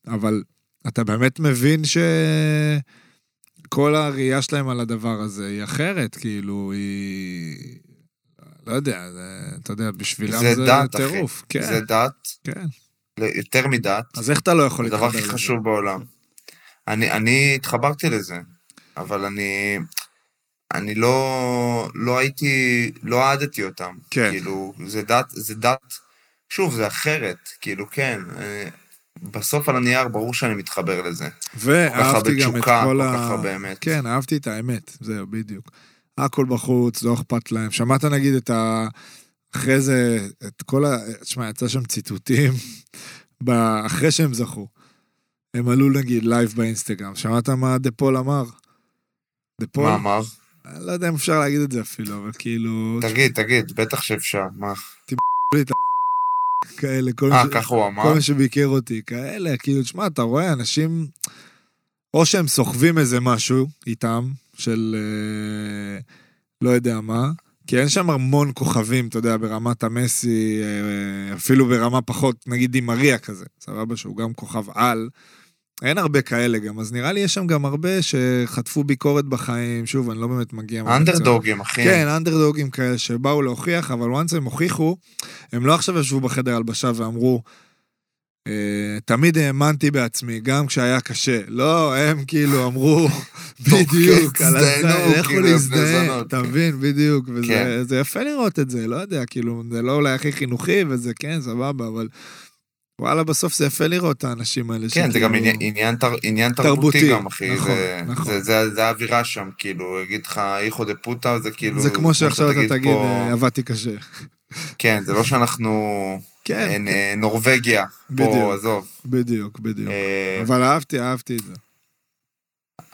[SPEAKER 3] אבל אתה באמת מבין ש... כל הראייה שלהם על הדבר הזה היא אחרת, כאילו, היא... לא יודע, זה, אתה יודע, בשבילם
[SPEAKER 2] זה
[SPEAKER 3] זה,
[SPEAKER 2] דת, אחי.
[SPEAKER 3] טירוף. כן,
[SPEAKER 2] זה דת,
[SPEAKER 3] כן.
[SPEAKER 2] יותר מדת,
[SPEAKER 3] אז איך אתה לא יכול
[SPEAKER 2] זה הדבר הכי חשוב בעולם. אני, אני התחברתי לזה, אבל אני, אני לא, לא הייתי, לא אהדתי אותם.
[SPEAKER 3] כן.
[SPEAKER 2] כאילו, זה דת, זה דת, שוב, זה אחרת, כאילו, כן. אה, בסוף על הנייר ברור שאני מתחבר לזה. כך הרבה
[SPEAKER 3] ואהבתי גם את
[SPEAKER 2] תשוקה,
[SPEAKER 3] כל
[SPEAKER 2] כל
[SPEAKER 3] ה...
[SPEAKER 2] כך הרבה אמת.
[SPEAKER 3] כן, אהבתי את האמת, זהו, בדיוק. הכל בחוץ, לא אכפת להם. שמעת נגיד את ה... אחרי זה, את כל ה... תשמע, יצא שם ציטוטים ב... אחרי שהם זכו. הם עלו נגיד לייב באינסטגרם. שמעת מה דה פול אמר? דה פול?
[SPEAKER 2] מה אמר?
[SPEAKER 3] אני לא יודע אם אפשר להגיד את זה אפילו, אבל כאילו...
[SPEAKER 2] תגיד, תגיד, בטח שאפשר, מה?
[SPEAKER 3] כאלה, כל
[SPEAKER 2] אה,
[SPEAKER 3] מי ש-
[SPEAKER 2] ככה הוא אמר?
[SPEAKER 3] כל מי שביקר אותי, כאלה, כאילו, תשמע, אתה רואה, אנשים, או שהם סוחבים איזה משהו איתם, של אה, לא יודע מה, כי אין שם המון כוכבים, אתה יודע, ברמת המסי, אה, אפילו ברמה פחות, נגיד עם מריה כזה, סבבה, שהוא גם כוכב על. אין הרבה כאלה גם, אז נראה לי יש שם גם הרבה שחטפו ביקורת בחיים, שוב, אני לא באמת מגיע... מהמקצוע.
[SPEAKER 2] אנדרדוגים, אחי.
[SPEAKER 3] כן, אנדרדוגים כאלה שבאו להוכיח, אבל once הם הוכיחו, הם לא עכשיו ישבו בחדר הלבשה ואמרו, "אה, תמיד האמנתי בעצמי, גם כשהיה קשה. לא, הם כאילו אמרו, בדיוק, על
[SPEAKER 2] הזדיינו,
[SPEAKER 3] הזין, לכו
[SPEAKER 2] כאילו, הם
[SPEAKER 3] להזדהן,
[SPEAKER 2] בני
[SPEAKER 3] אתה
[SPEAKER 2] זונות.
[SPEAKER 3] מבין, בדיוק,
[SPEAKER 2] כן.
[SPEAKER 3] וזה זה יפה לראות את זה, לא יודע, כאילו, זה לא אולי הכי חינוכי וזה כן, סבבה, אבל וואלה, בסוף זה יפה לראות את האנשים האלה.
[SPEAKER 2] כן, זה גם
[SPEAKER 3] שכאילו-
[SPEAKER 2] עניין- עניין תר- עניין
[SPEAKER 3] תרבותי,
[SPEAKER 2] תרבותי גם, אחי.
[SPEAKER 3] נכון,
[SPEAKER 2] זה-
[SPEAKER 3] נכון.
[SPEAKER 2] זה- זה זה האווירה שם, כאילו, יגיד לך איכו דה פוטה, זה כאילו...
[SPEAKER 3] זה כמו שעכשיו אתה
[SPEAKER 2] שאתה
[SPEAKER 3] תגיד,
[SPEAKER 2] פה-
[SPEAKER 3] "אה, עבדתי קשה.
[SPEAKER 2] כן, זה לא שאנחנו
[SPEAKER 3] כן,
[SPEAKER 2] אין, אה, נורבגיה,
[SPEAKER 3] בדיוק.
[SPEAKER 2] פה, עזוב.
[SPEAKER 3] בדיוק, בדיוק.
[SPEAKER 2] אה,
[SPEAKER 3] אבל אהבתי, אהבתי את זה.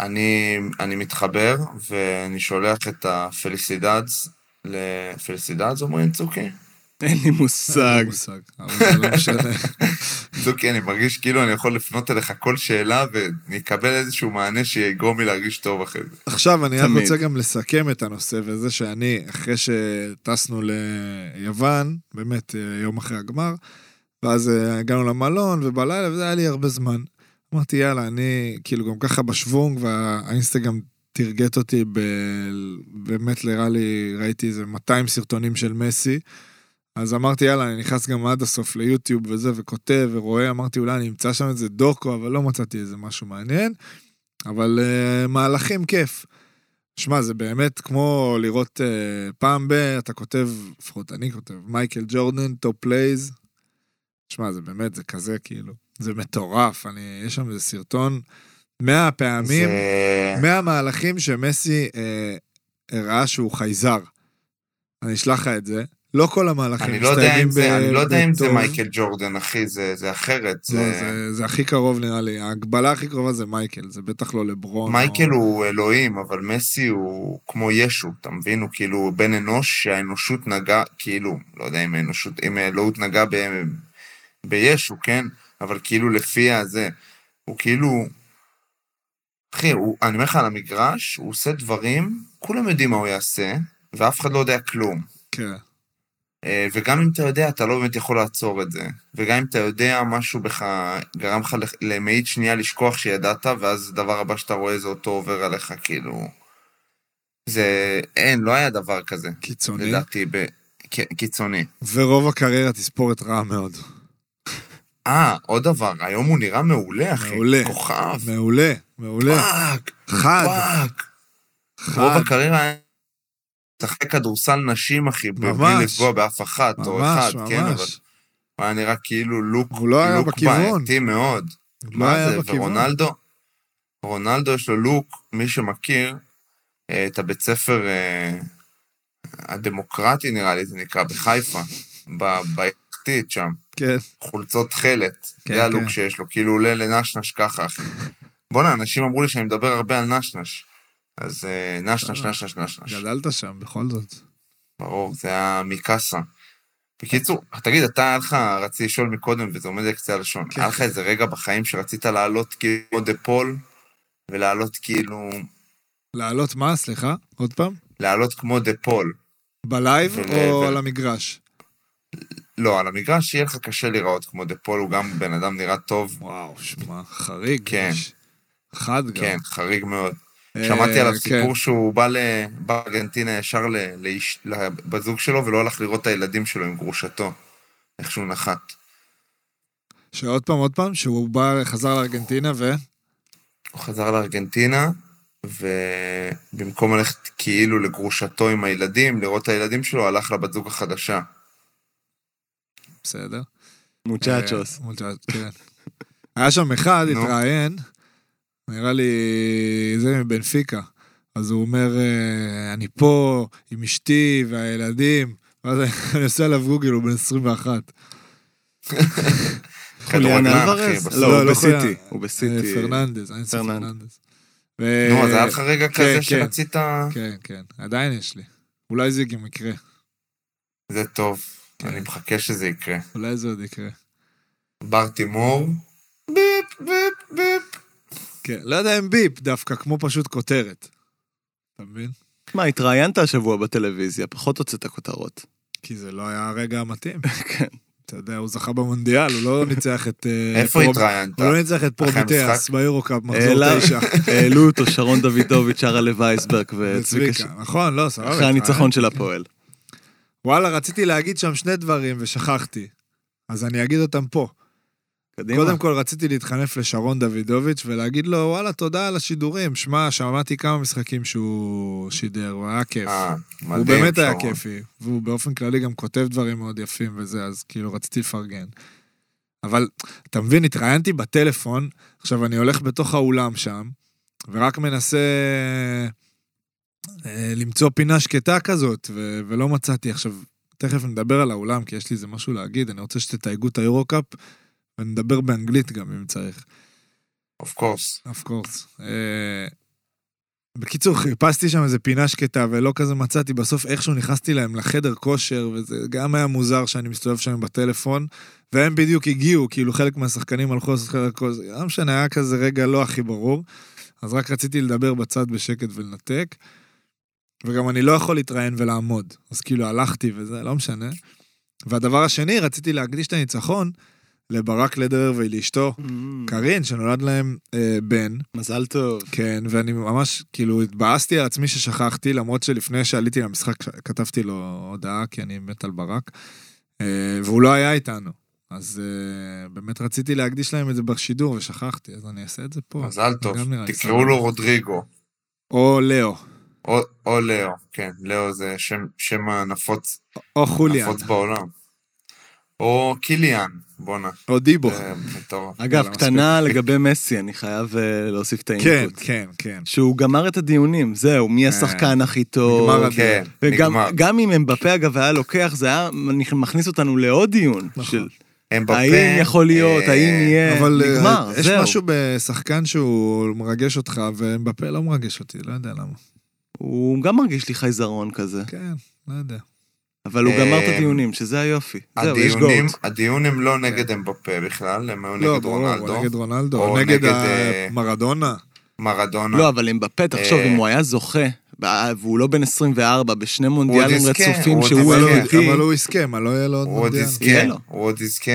[SPEAKER 2] אני אני מתחבר, ואני שולח את הפלסידדס, לפלסידדס אומרים צוקי?
[SPEAKER 4] אין לי
[SPEAKER 3] אין
[SPEAKER 4] מושג.
[SPEAKER 3] לי אה, מושג, אבל זה לא משנה.
[SPEAKER 2] צוקי, אני מרגיש כאילו אני יכול לפנות אליך כל שאלה ונקבל איזשהו מענה שיגרום לי להרגיש טוב אחרי זה.
[SPEAKER 3] עכשיו, אני רק
[SPEAKER 4] תמיד.
[SPEAKER 3] רוצה גם לסכם את הנושא, וזה שאני, אחרי שטסנו ליוון, באמת אה, יום אחרי הגמר, ואז אה, הגענו למלון, ובלילה, וזה היה לי הרבה זמן. אמרתי, יאללה, אני כאילו גם ככה בשוונג, והאינסטגרם תרגט אותי ב... באמת, נראה לי, ראיתי איזה 200 סרטונים של מסי. אז אמרתי, יאללה, אני נכנס גם עד הסוף ליוטיוב וזה, וכותב ורואה, אמרתי, אולי אני אמצא שם איזה דוקו, אבל לא מצאתי איזה משהו מעניין. אבל uh, מהלכים כיף. שמע, זה באמת כמו לראות uh, פעם ב... אתה כותב, לפחות אני כותב, מייקל ג'ורדן, טופ פלייז. שמע, זה באמת, זה כזה, כאילו, זה מטורף. אני, יש שם איזה סרטון, מאה פעמים,
[SPEAKER 2] זה-
[SPEAKER 3] מהמהלכים שמסי אה, הראה שהוא חייזר. אני אשלח לך את זה. לא כל המהלכים
[SPEAKER 2] אני לא יודע אם
[SPEAKER 3] מסתיימים
[SPEAKER 2] זה- אני לא יודע אם זה
[SPEAKER 3] בטוב.
[SPEAKER 2] מייקל ג'ורדן, אחי, זה זה אחרת.
[SPEAKER 3] לא,
[SPEAKER 2] זה-
[SPEAKER 3] זה- זה הכי קרוב נראה לי. ההגבלה הכי קרובה זה מייקל, זה בטח לא לברון.
[SPEAKER 2] מייקל
[SPEAKER 3] או-
[SPEAKER 2] הוא אלוהים, אבל מסי הוא כמו ישו, אתה מבין? הוא כאילו בן אנוש שהאנושות נגעה, כאילו, לא יודע אם האנושות, אם האלוהות נגעה ב, בישו, כן? אבל כאילו לפי הזה, הוא כאילו... אחי, הוא, אני אומר לך על המגרש, הוא עושה דברים, כולם יודעים מה הוא יעשה, ואף אחד לא יודע כלום.
[SPEAKER 3] כן.
[SPEAKER 2] אה, וגם אם אתה יודע, אתה לא באמת יכול לעצור את זה. וגם אם אתה יודע, משהו בך גרם לך לח- למאית שנייה לשכוח שידעת, ואז הדבר הבא שאתה רואה זה אותו עובר עליך, כאילו... זה... אין, לא היה דבר כזה,
[SPEAKER 3] קיצוני,
[SPEAKER 2] לדעתי, ב... כ- קיצוני.
[SPEAKER 3] ורוב הקריירה תספורת רעה מאוד.
[SPEAKER 2] אה, עוד דבר, היום הוא נראה מעולה, אחי.
[SPEAKER 3] מעולה.
[SPEAKER 2] כוכב.
[SPEAKER 3] מעולה, מעולה.
[SPEAKER 2] פאק,
[SPEAKER 3] חד,
[SPEAKER 2] פאק. רוב
[SPEAKER 3] חד,
[SPEAKER 2] הקריירה היה... משחק כדורסל נשים, אחי, ב- בלי
[SPEAKER 3] ממש.
[SPEAKER 2] לפגוע באף אחת, או אחד,
[SPEAKER 3] ממש,
[SPEAKER 2] כן, אבל...
[SPEAKER 3] ממש.
[SPEAKER 2] הוא היה נראה כאילו לוק,
[SPEAKER 3] הוא לא היה
[SPEAKER 2] לוק
[SPEAKER 3] בכיוון.
[SPEAKER 2] בעייתי מאוד.
[SPEAKER 3] לא
[SPEAKER 2] מה
[SPEAKER 3] היה
[SPEAKER 2] זה,
[SPEAKER 3] בכיוון.
[SPEAKER 2] ורונלדו? רונלדו יש לו לוק, מי שמכיר, אה, את הבית ספר אה, הדמוקרטי נראה לי זה נקרא, בחיפה, ב- ביחתית שם,
[SPEAKER 3] כן,
[SPEAKER 2] חולצות תכלת,
[SPEAKER 3] כן,
[SPEAKER 2] זה
[SPEAKER 3] כן.
[SPEAKER 2] הלוק שיש לו, כאילו הוא עולה לנשנש ככה, אחי. בואנה, אנשים אמרו לי שאני מדבר הרבה על נשנש, אז אה, נשנש, נשנש, נשנש,
[SPEAKER 3] גדלת שם בכל זאת.
[SPEAKER 2] ברור, זה היה מקאסה. בקיצור, תגיד, אתה, היה לך, רציתי לשאול מקודם, וזה עומד לי על קצה הלשון,
[SPEAKER 3] כן.
[SPEAKER 2] היה לך איזה רגע בחיים שרצית לעלות כאילו דה פול, ולעלות כאילו,
[SPEAKER 3] לעלות מה? סליחה, עוד פעם?
[SPEAKER 2] לעלות כמו דה פול.
[SPEAKER 3] בלייב
[SPEAKER 2] ול-
[SPEAKER 3] או
[SPEAKER 2] ול-
[SPEAKER 3] על המגרש?
[SPEAKER 2] לא, על המגרש יהיה לך קשה להיראות כמו דה פול, הוא גם בן אדם נראה טוב,
[SPEAKER 3] וואו, שמע, חריג.
[SPEAKER 2] כן.
[SPEAKER 3] ממש. חד גם.
[SPEAKER 2] כן, חריג מאוד.
[SPEAKER 3] לא. אה,
[SPEAKER 2] שמעתי עליו
[SPEAKER 3] כן.
[SPEAKER 2] סיפור שהוא בא ל- בארגנטינה ישר ל- לאיש- לבת זוג שלו, ולא הלך לראות את הילדים שלו עם גרושתו, איך שהוא נחת.
[SPEAKER 3] כן. שעוד פעם, עוד פעם, שהוא בא, חזר לארגנטינה ו...
[SPEAKER 2] הוא חזר לארגנטינה, ובמקום ללכת כאילו לגרושתו עם הילדים, לראות את הילדים שלו, הלך לבת זוג החדשה.
[SPEAKER 3] בסדר.
[SPEAKER 4] מוצ'צ'וס.
[SPEAKER 3] אה, מוצ'צ'וס, כן. היה שם אחד,
[SPEAKER 2] נו.
[SPEAKER 3] התראיין, נראה לי זה מבנפיקה. אז הוא אומר, אה, אני פה עם אשתי והילדים, ואז אני עושה עליו גוגל, הוא בן 21.
[SPEAKER 4] חוליאן
[SPEAKER 2] כדורגלן, אה, אחי,
[SPEAKER 4] אלוורז?
[SPEAKER 2] בסוף.
[SPEAKER 4] לא, הוא
[SPEAKER 3] לא, לא
[SPEAKER 4] בסיטי.
[SPEAKER 3] חוליאן.
[SPEAKER 4] הוא
[SPEAKER 3] אה,
[SPEAKER 4] בסיטי.
[SPEAKER 3] פרננדז, אני עושה
[SPEAKER 4] פרננדז.
[SPEAKER 3] פרננדז. ו-
[SPEAKER 2] נו, אז היה לך רגע
[SPEAKER 3] אה, כן,
[SPEAKER 2] כזה
[SPEAKER 3] כן.
[SPEAKER 2] שרצית...
[SPEAKER 3] כן, כן, עדיין יש לי. אולי זה גם יקרה,
[SPEAKER 2] זה טוב,
[SPEAKER 3] כן.
[SPEAKER 2] אני מחכה שזה יקרה.
[SPEAKER 3] אולי זה עוד יקרה.
[SPEAKER 2] בר תימור, ביפ, ביפ, ביפ.
[SPEAKER 3] כן, לא יודע אם ביפ דווקא, כמו פשוט כותרת. אתה מבין?
[SPEAKER 4] מה, התראיינת השבוע בטלוויזיה, פחות הוצאת כותרות.
[SPEAKER 3] כי זה לא היה הרגע המתאים.
[SPEAKER 4] כן.
[SPEAKER 3] אתה יודע, הוא זכה במונדיאל, הוא לא ניצח את... אה,
[SPEAKER 2] איפה
[SPEAKER 3] פרום-
[SPEAKER 2] התראיינת?
[SPEAKER 3] הוא לא ניצח את
[SPEAKER 2] אחרי
[SPEAKER 3] פרומיטיאס
[SPEAKER 2] המשחק? אה, לא.
[SPEAKER 3] ביורוקאפ, מחזור
[SPEAKER 4] אלא
[SPEAKER 3] תשע.
[SPEAKER 4] העלו אותו שרון דוידוביץ', שרה לב אייסברג
[SPEAKER 2] אה,
[SPEAKER 4] וצביקה ש...
[SPEAKER 3] וצביקה, נכון, לא, סבבה.
[SPEAKER 4] אחרי הניצחון של הפועל.
[SPEAKER 3] וואלה, רציתי להגיד שם שני דברים ושכחתי. אז אני אגיד אותם פה.
[SPEAKER 4] קדימה.
[SPEAKER 3] קודם כל, רציתי להתחנף לשרון דוידוביץ' ולהגיד לו, וואלה, תודה על השידורים. שמע, שמעתי כמה משחקים שהוא שידר, הוא היה כיף.
[SPEAKER 2] אה,
[SPEAKER 3] הוא
[SPEAKER 2] מדהים,
[SPEAKER 3] באמת היה
[SPEAKER 2] שרון.
[SPEAKER 3] כיפי, והוא באופן כללי גם כותב דברים מאוד יפים וזה, אז כאילו רציתי לפרגן. אבל, אתה מבין, התראיינתי בטלפון, עכשיו אני הולך בתוך האולם שם, ורק מנסה אה, למצוא פינה שקטה כזאת, ו- ולא מצאתי. עכשיו, תכף נדבר על האולם, כי יש לי איזה משהו להגיד, אני רוצה שתתייגו את האירו-קאפ, ונדבר באנגלית גם אם צריך.
[SPEAKER 2] אוף קורס.
[SPEAKER 3] אוף קורס. אה, בקיצור, חיפשתי שם איזה פינה שקטה ולא כזה מצאתי, בסוף איכשהו נכנסתי להם לחדר כושר, וזה גם היה מוזר שאני מסתובב שם בטלפון, והם בדיוק הגיעו, כאילו חלק מהשחקנים הלכו לעשות חדר כושר, לא משנה, היה כזה רגע לא הכי ברור, אז רק רציתי לדבר בצד בשקט ולנתק, וגם אני לא יכול להתראיין ולעמוד, אז כאילו הלכתי וזה, לא משנה. והדבר השני, רציתי להקדיש את הניצחון לברק לדרר ולאשתו, קארין, שנולד להם אה, בן,
[SPEAKER 4] מזל טוב.
[SPEAKER 3] כן, ואני ממש, כאילו, התבאסתי על עצמי ששכחתי, למרות שלפני שעליתי למשחק כתבתי לו הודעה, כי אני מת על ברק, אה, והוא לא היה איתנו. אז אה, באמת רציתי להקדיש להם את זה בשידור, ושכחתי, אז אני אעשה את זה פה.
[SPEAKER 2] מזל טוב.
[SPEAKER 3] גם נראה לי
[SPEAKER 2] תקראו
[SPEAKER 3] סבבה.
[SPEAKER 2] לו רודריגו,
[SPEAKER 3] או לאו,
[SPEAKER 2] או- או לאו, כן, לאו זה שם- שם הנפוץ
[SPEAKER 3] או חוליאן,
[SPEAKER 2] נפוץ בעולם. או קיליאן, בואנה.
[SPEAKER 3] או דיבו.
[SPEAKER 2] זה מטורף.
[SPEAKER 4] אגב,
[SPEAKER 3] יאללה,
[SPEAKER 4] קטנה לגבי מסי, אני חייב אה, להוסיף את
[SPEAKER 3] כן,
[SPEAKER 4] האינפוט.
[SPEAKER 3] כן, כן.
[SPEAKER 4] שהוא גמר את הדיונים, זהו, מי השחקן הכי טוב.
[SPEAKER 3] נגמר הדיון.
[SPEAKER 2] כן,
[SPEAKER 4] וגם
[SPEAKER 2] נגמר.
[SPEAKER 4] גם אם אמבפה אגב היה לוקח, זה היה מכניס אותנו לעוד דיון.
[SPEAKER 3] נכון.
[SPEAKER 4] של
[SPEAKER 2] הם בפה.
[SPEAKER 4] האם יכול להיות,
[SPEAKER 2] אה,
[SPEAKER 4] האם יהיה,
[SPEAKER 3] אבל אה,
[SPEAKER 4] נגמר,
[SPEAKER 3] יש
[SPEAKER 4] זהו.
[SPEAKER 3] משהו בשחקן שהוא מרגש אותך, ובפה לא מרגש אותי, לא יודע למה.
[SPEAKER 4] הוא גם מרגיש לי חייזרון כזה,
[SPEAKER 3] כן, לא יודע.
[SPEAKER 4] אבל הוא גמר את
[SPEAKER 2] אה,
[SPEAKER 4] הדיונים, שזה היופי. זהו, יש
[SPEAKER 2] הדיונים-
[SPEAKER 4] גולד. כן.
[SPEAKER 2] הדיון הם לא נגד אמבפה בכלל, הם היו
[SPEAKER 3] לא,
[SPEAKER 2] נגד
[SPEAKER 3] ברור,
[SPEAKER 2] רונלדו,
[SPEAKER 3] הוא נגד רונלדו,
[SPEAKER 2] או
[SPEAKER 3] או נגד
[SPEAKER 2] נגד,
[SPEAKER 3] ה-
[SPEAKER 2] אה,
[SPEAKER 3] מרדונה.
[SPEAKER 2] מרדונה.
[SPEAKER 4] לא, אבל אמבפה, תחשוב,
[SPEAKER 2] אה,
[SPEAKER 4] אם הוא היה זוכה, ב- והוא לא בן 24, בשני מונדיאלים
[SPEAKER 2] עוד יזכה,
[SPEAKER 4] רצופים
[SPEAKER 2] הוא עוד
[SPEAKER 4] שהוא
[SPEAKER 3] אבל הוא-
[SPEAKER 2] יזכה.
[SPEAKER 4] אלוקי,
[SPEAKER 3] אבל הוא הסכם, הלא יהיה לו עוד
[SPEAKER 2] הוא עוד
[SPEAKER 3] מונדיאל.
[SPEAKER 2] יזכה,
[SPEAKER 4] יהיה לו.
[SPEAKER 2] הוא עוד יזכה.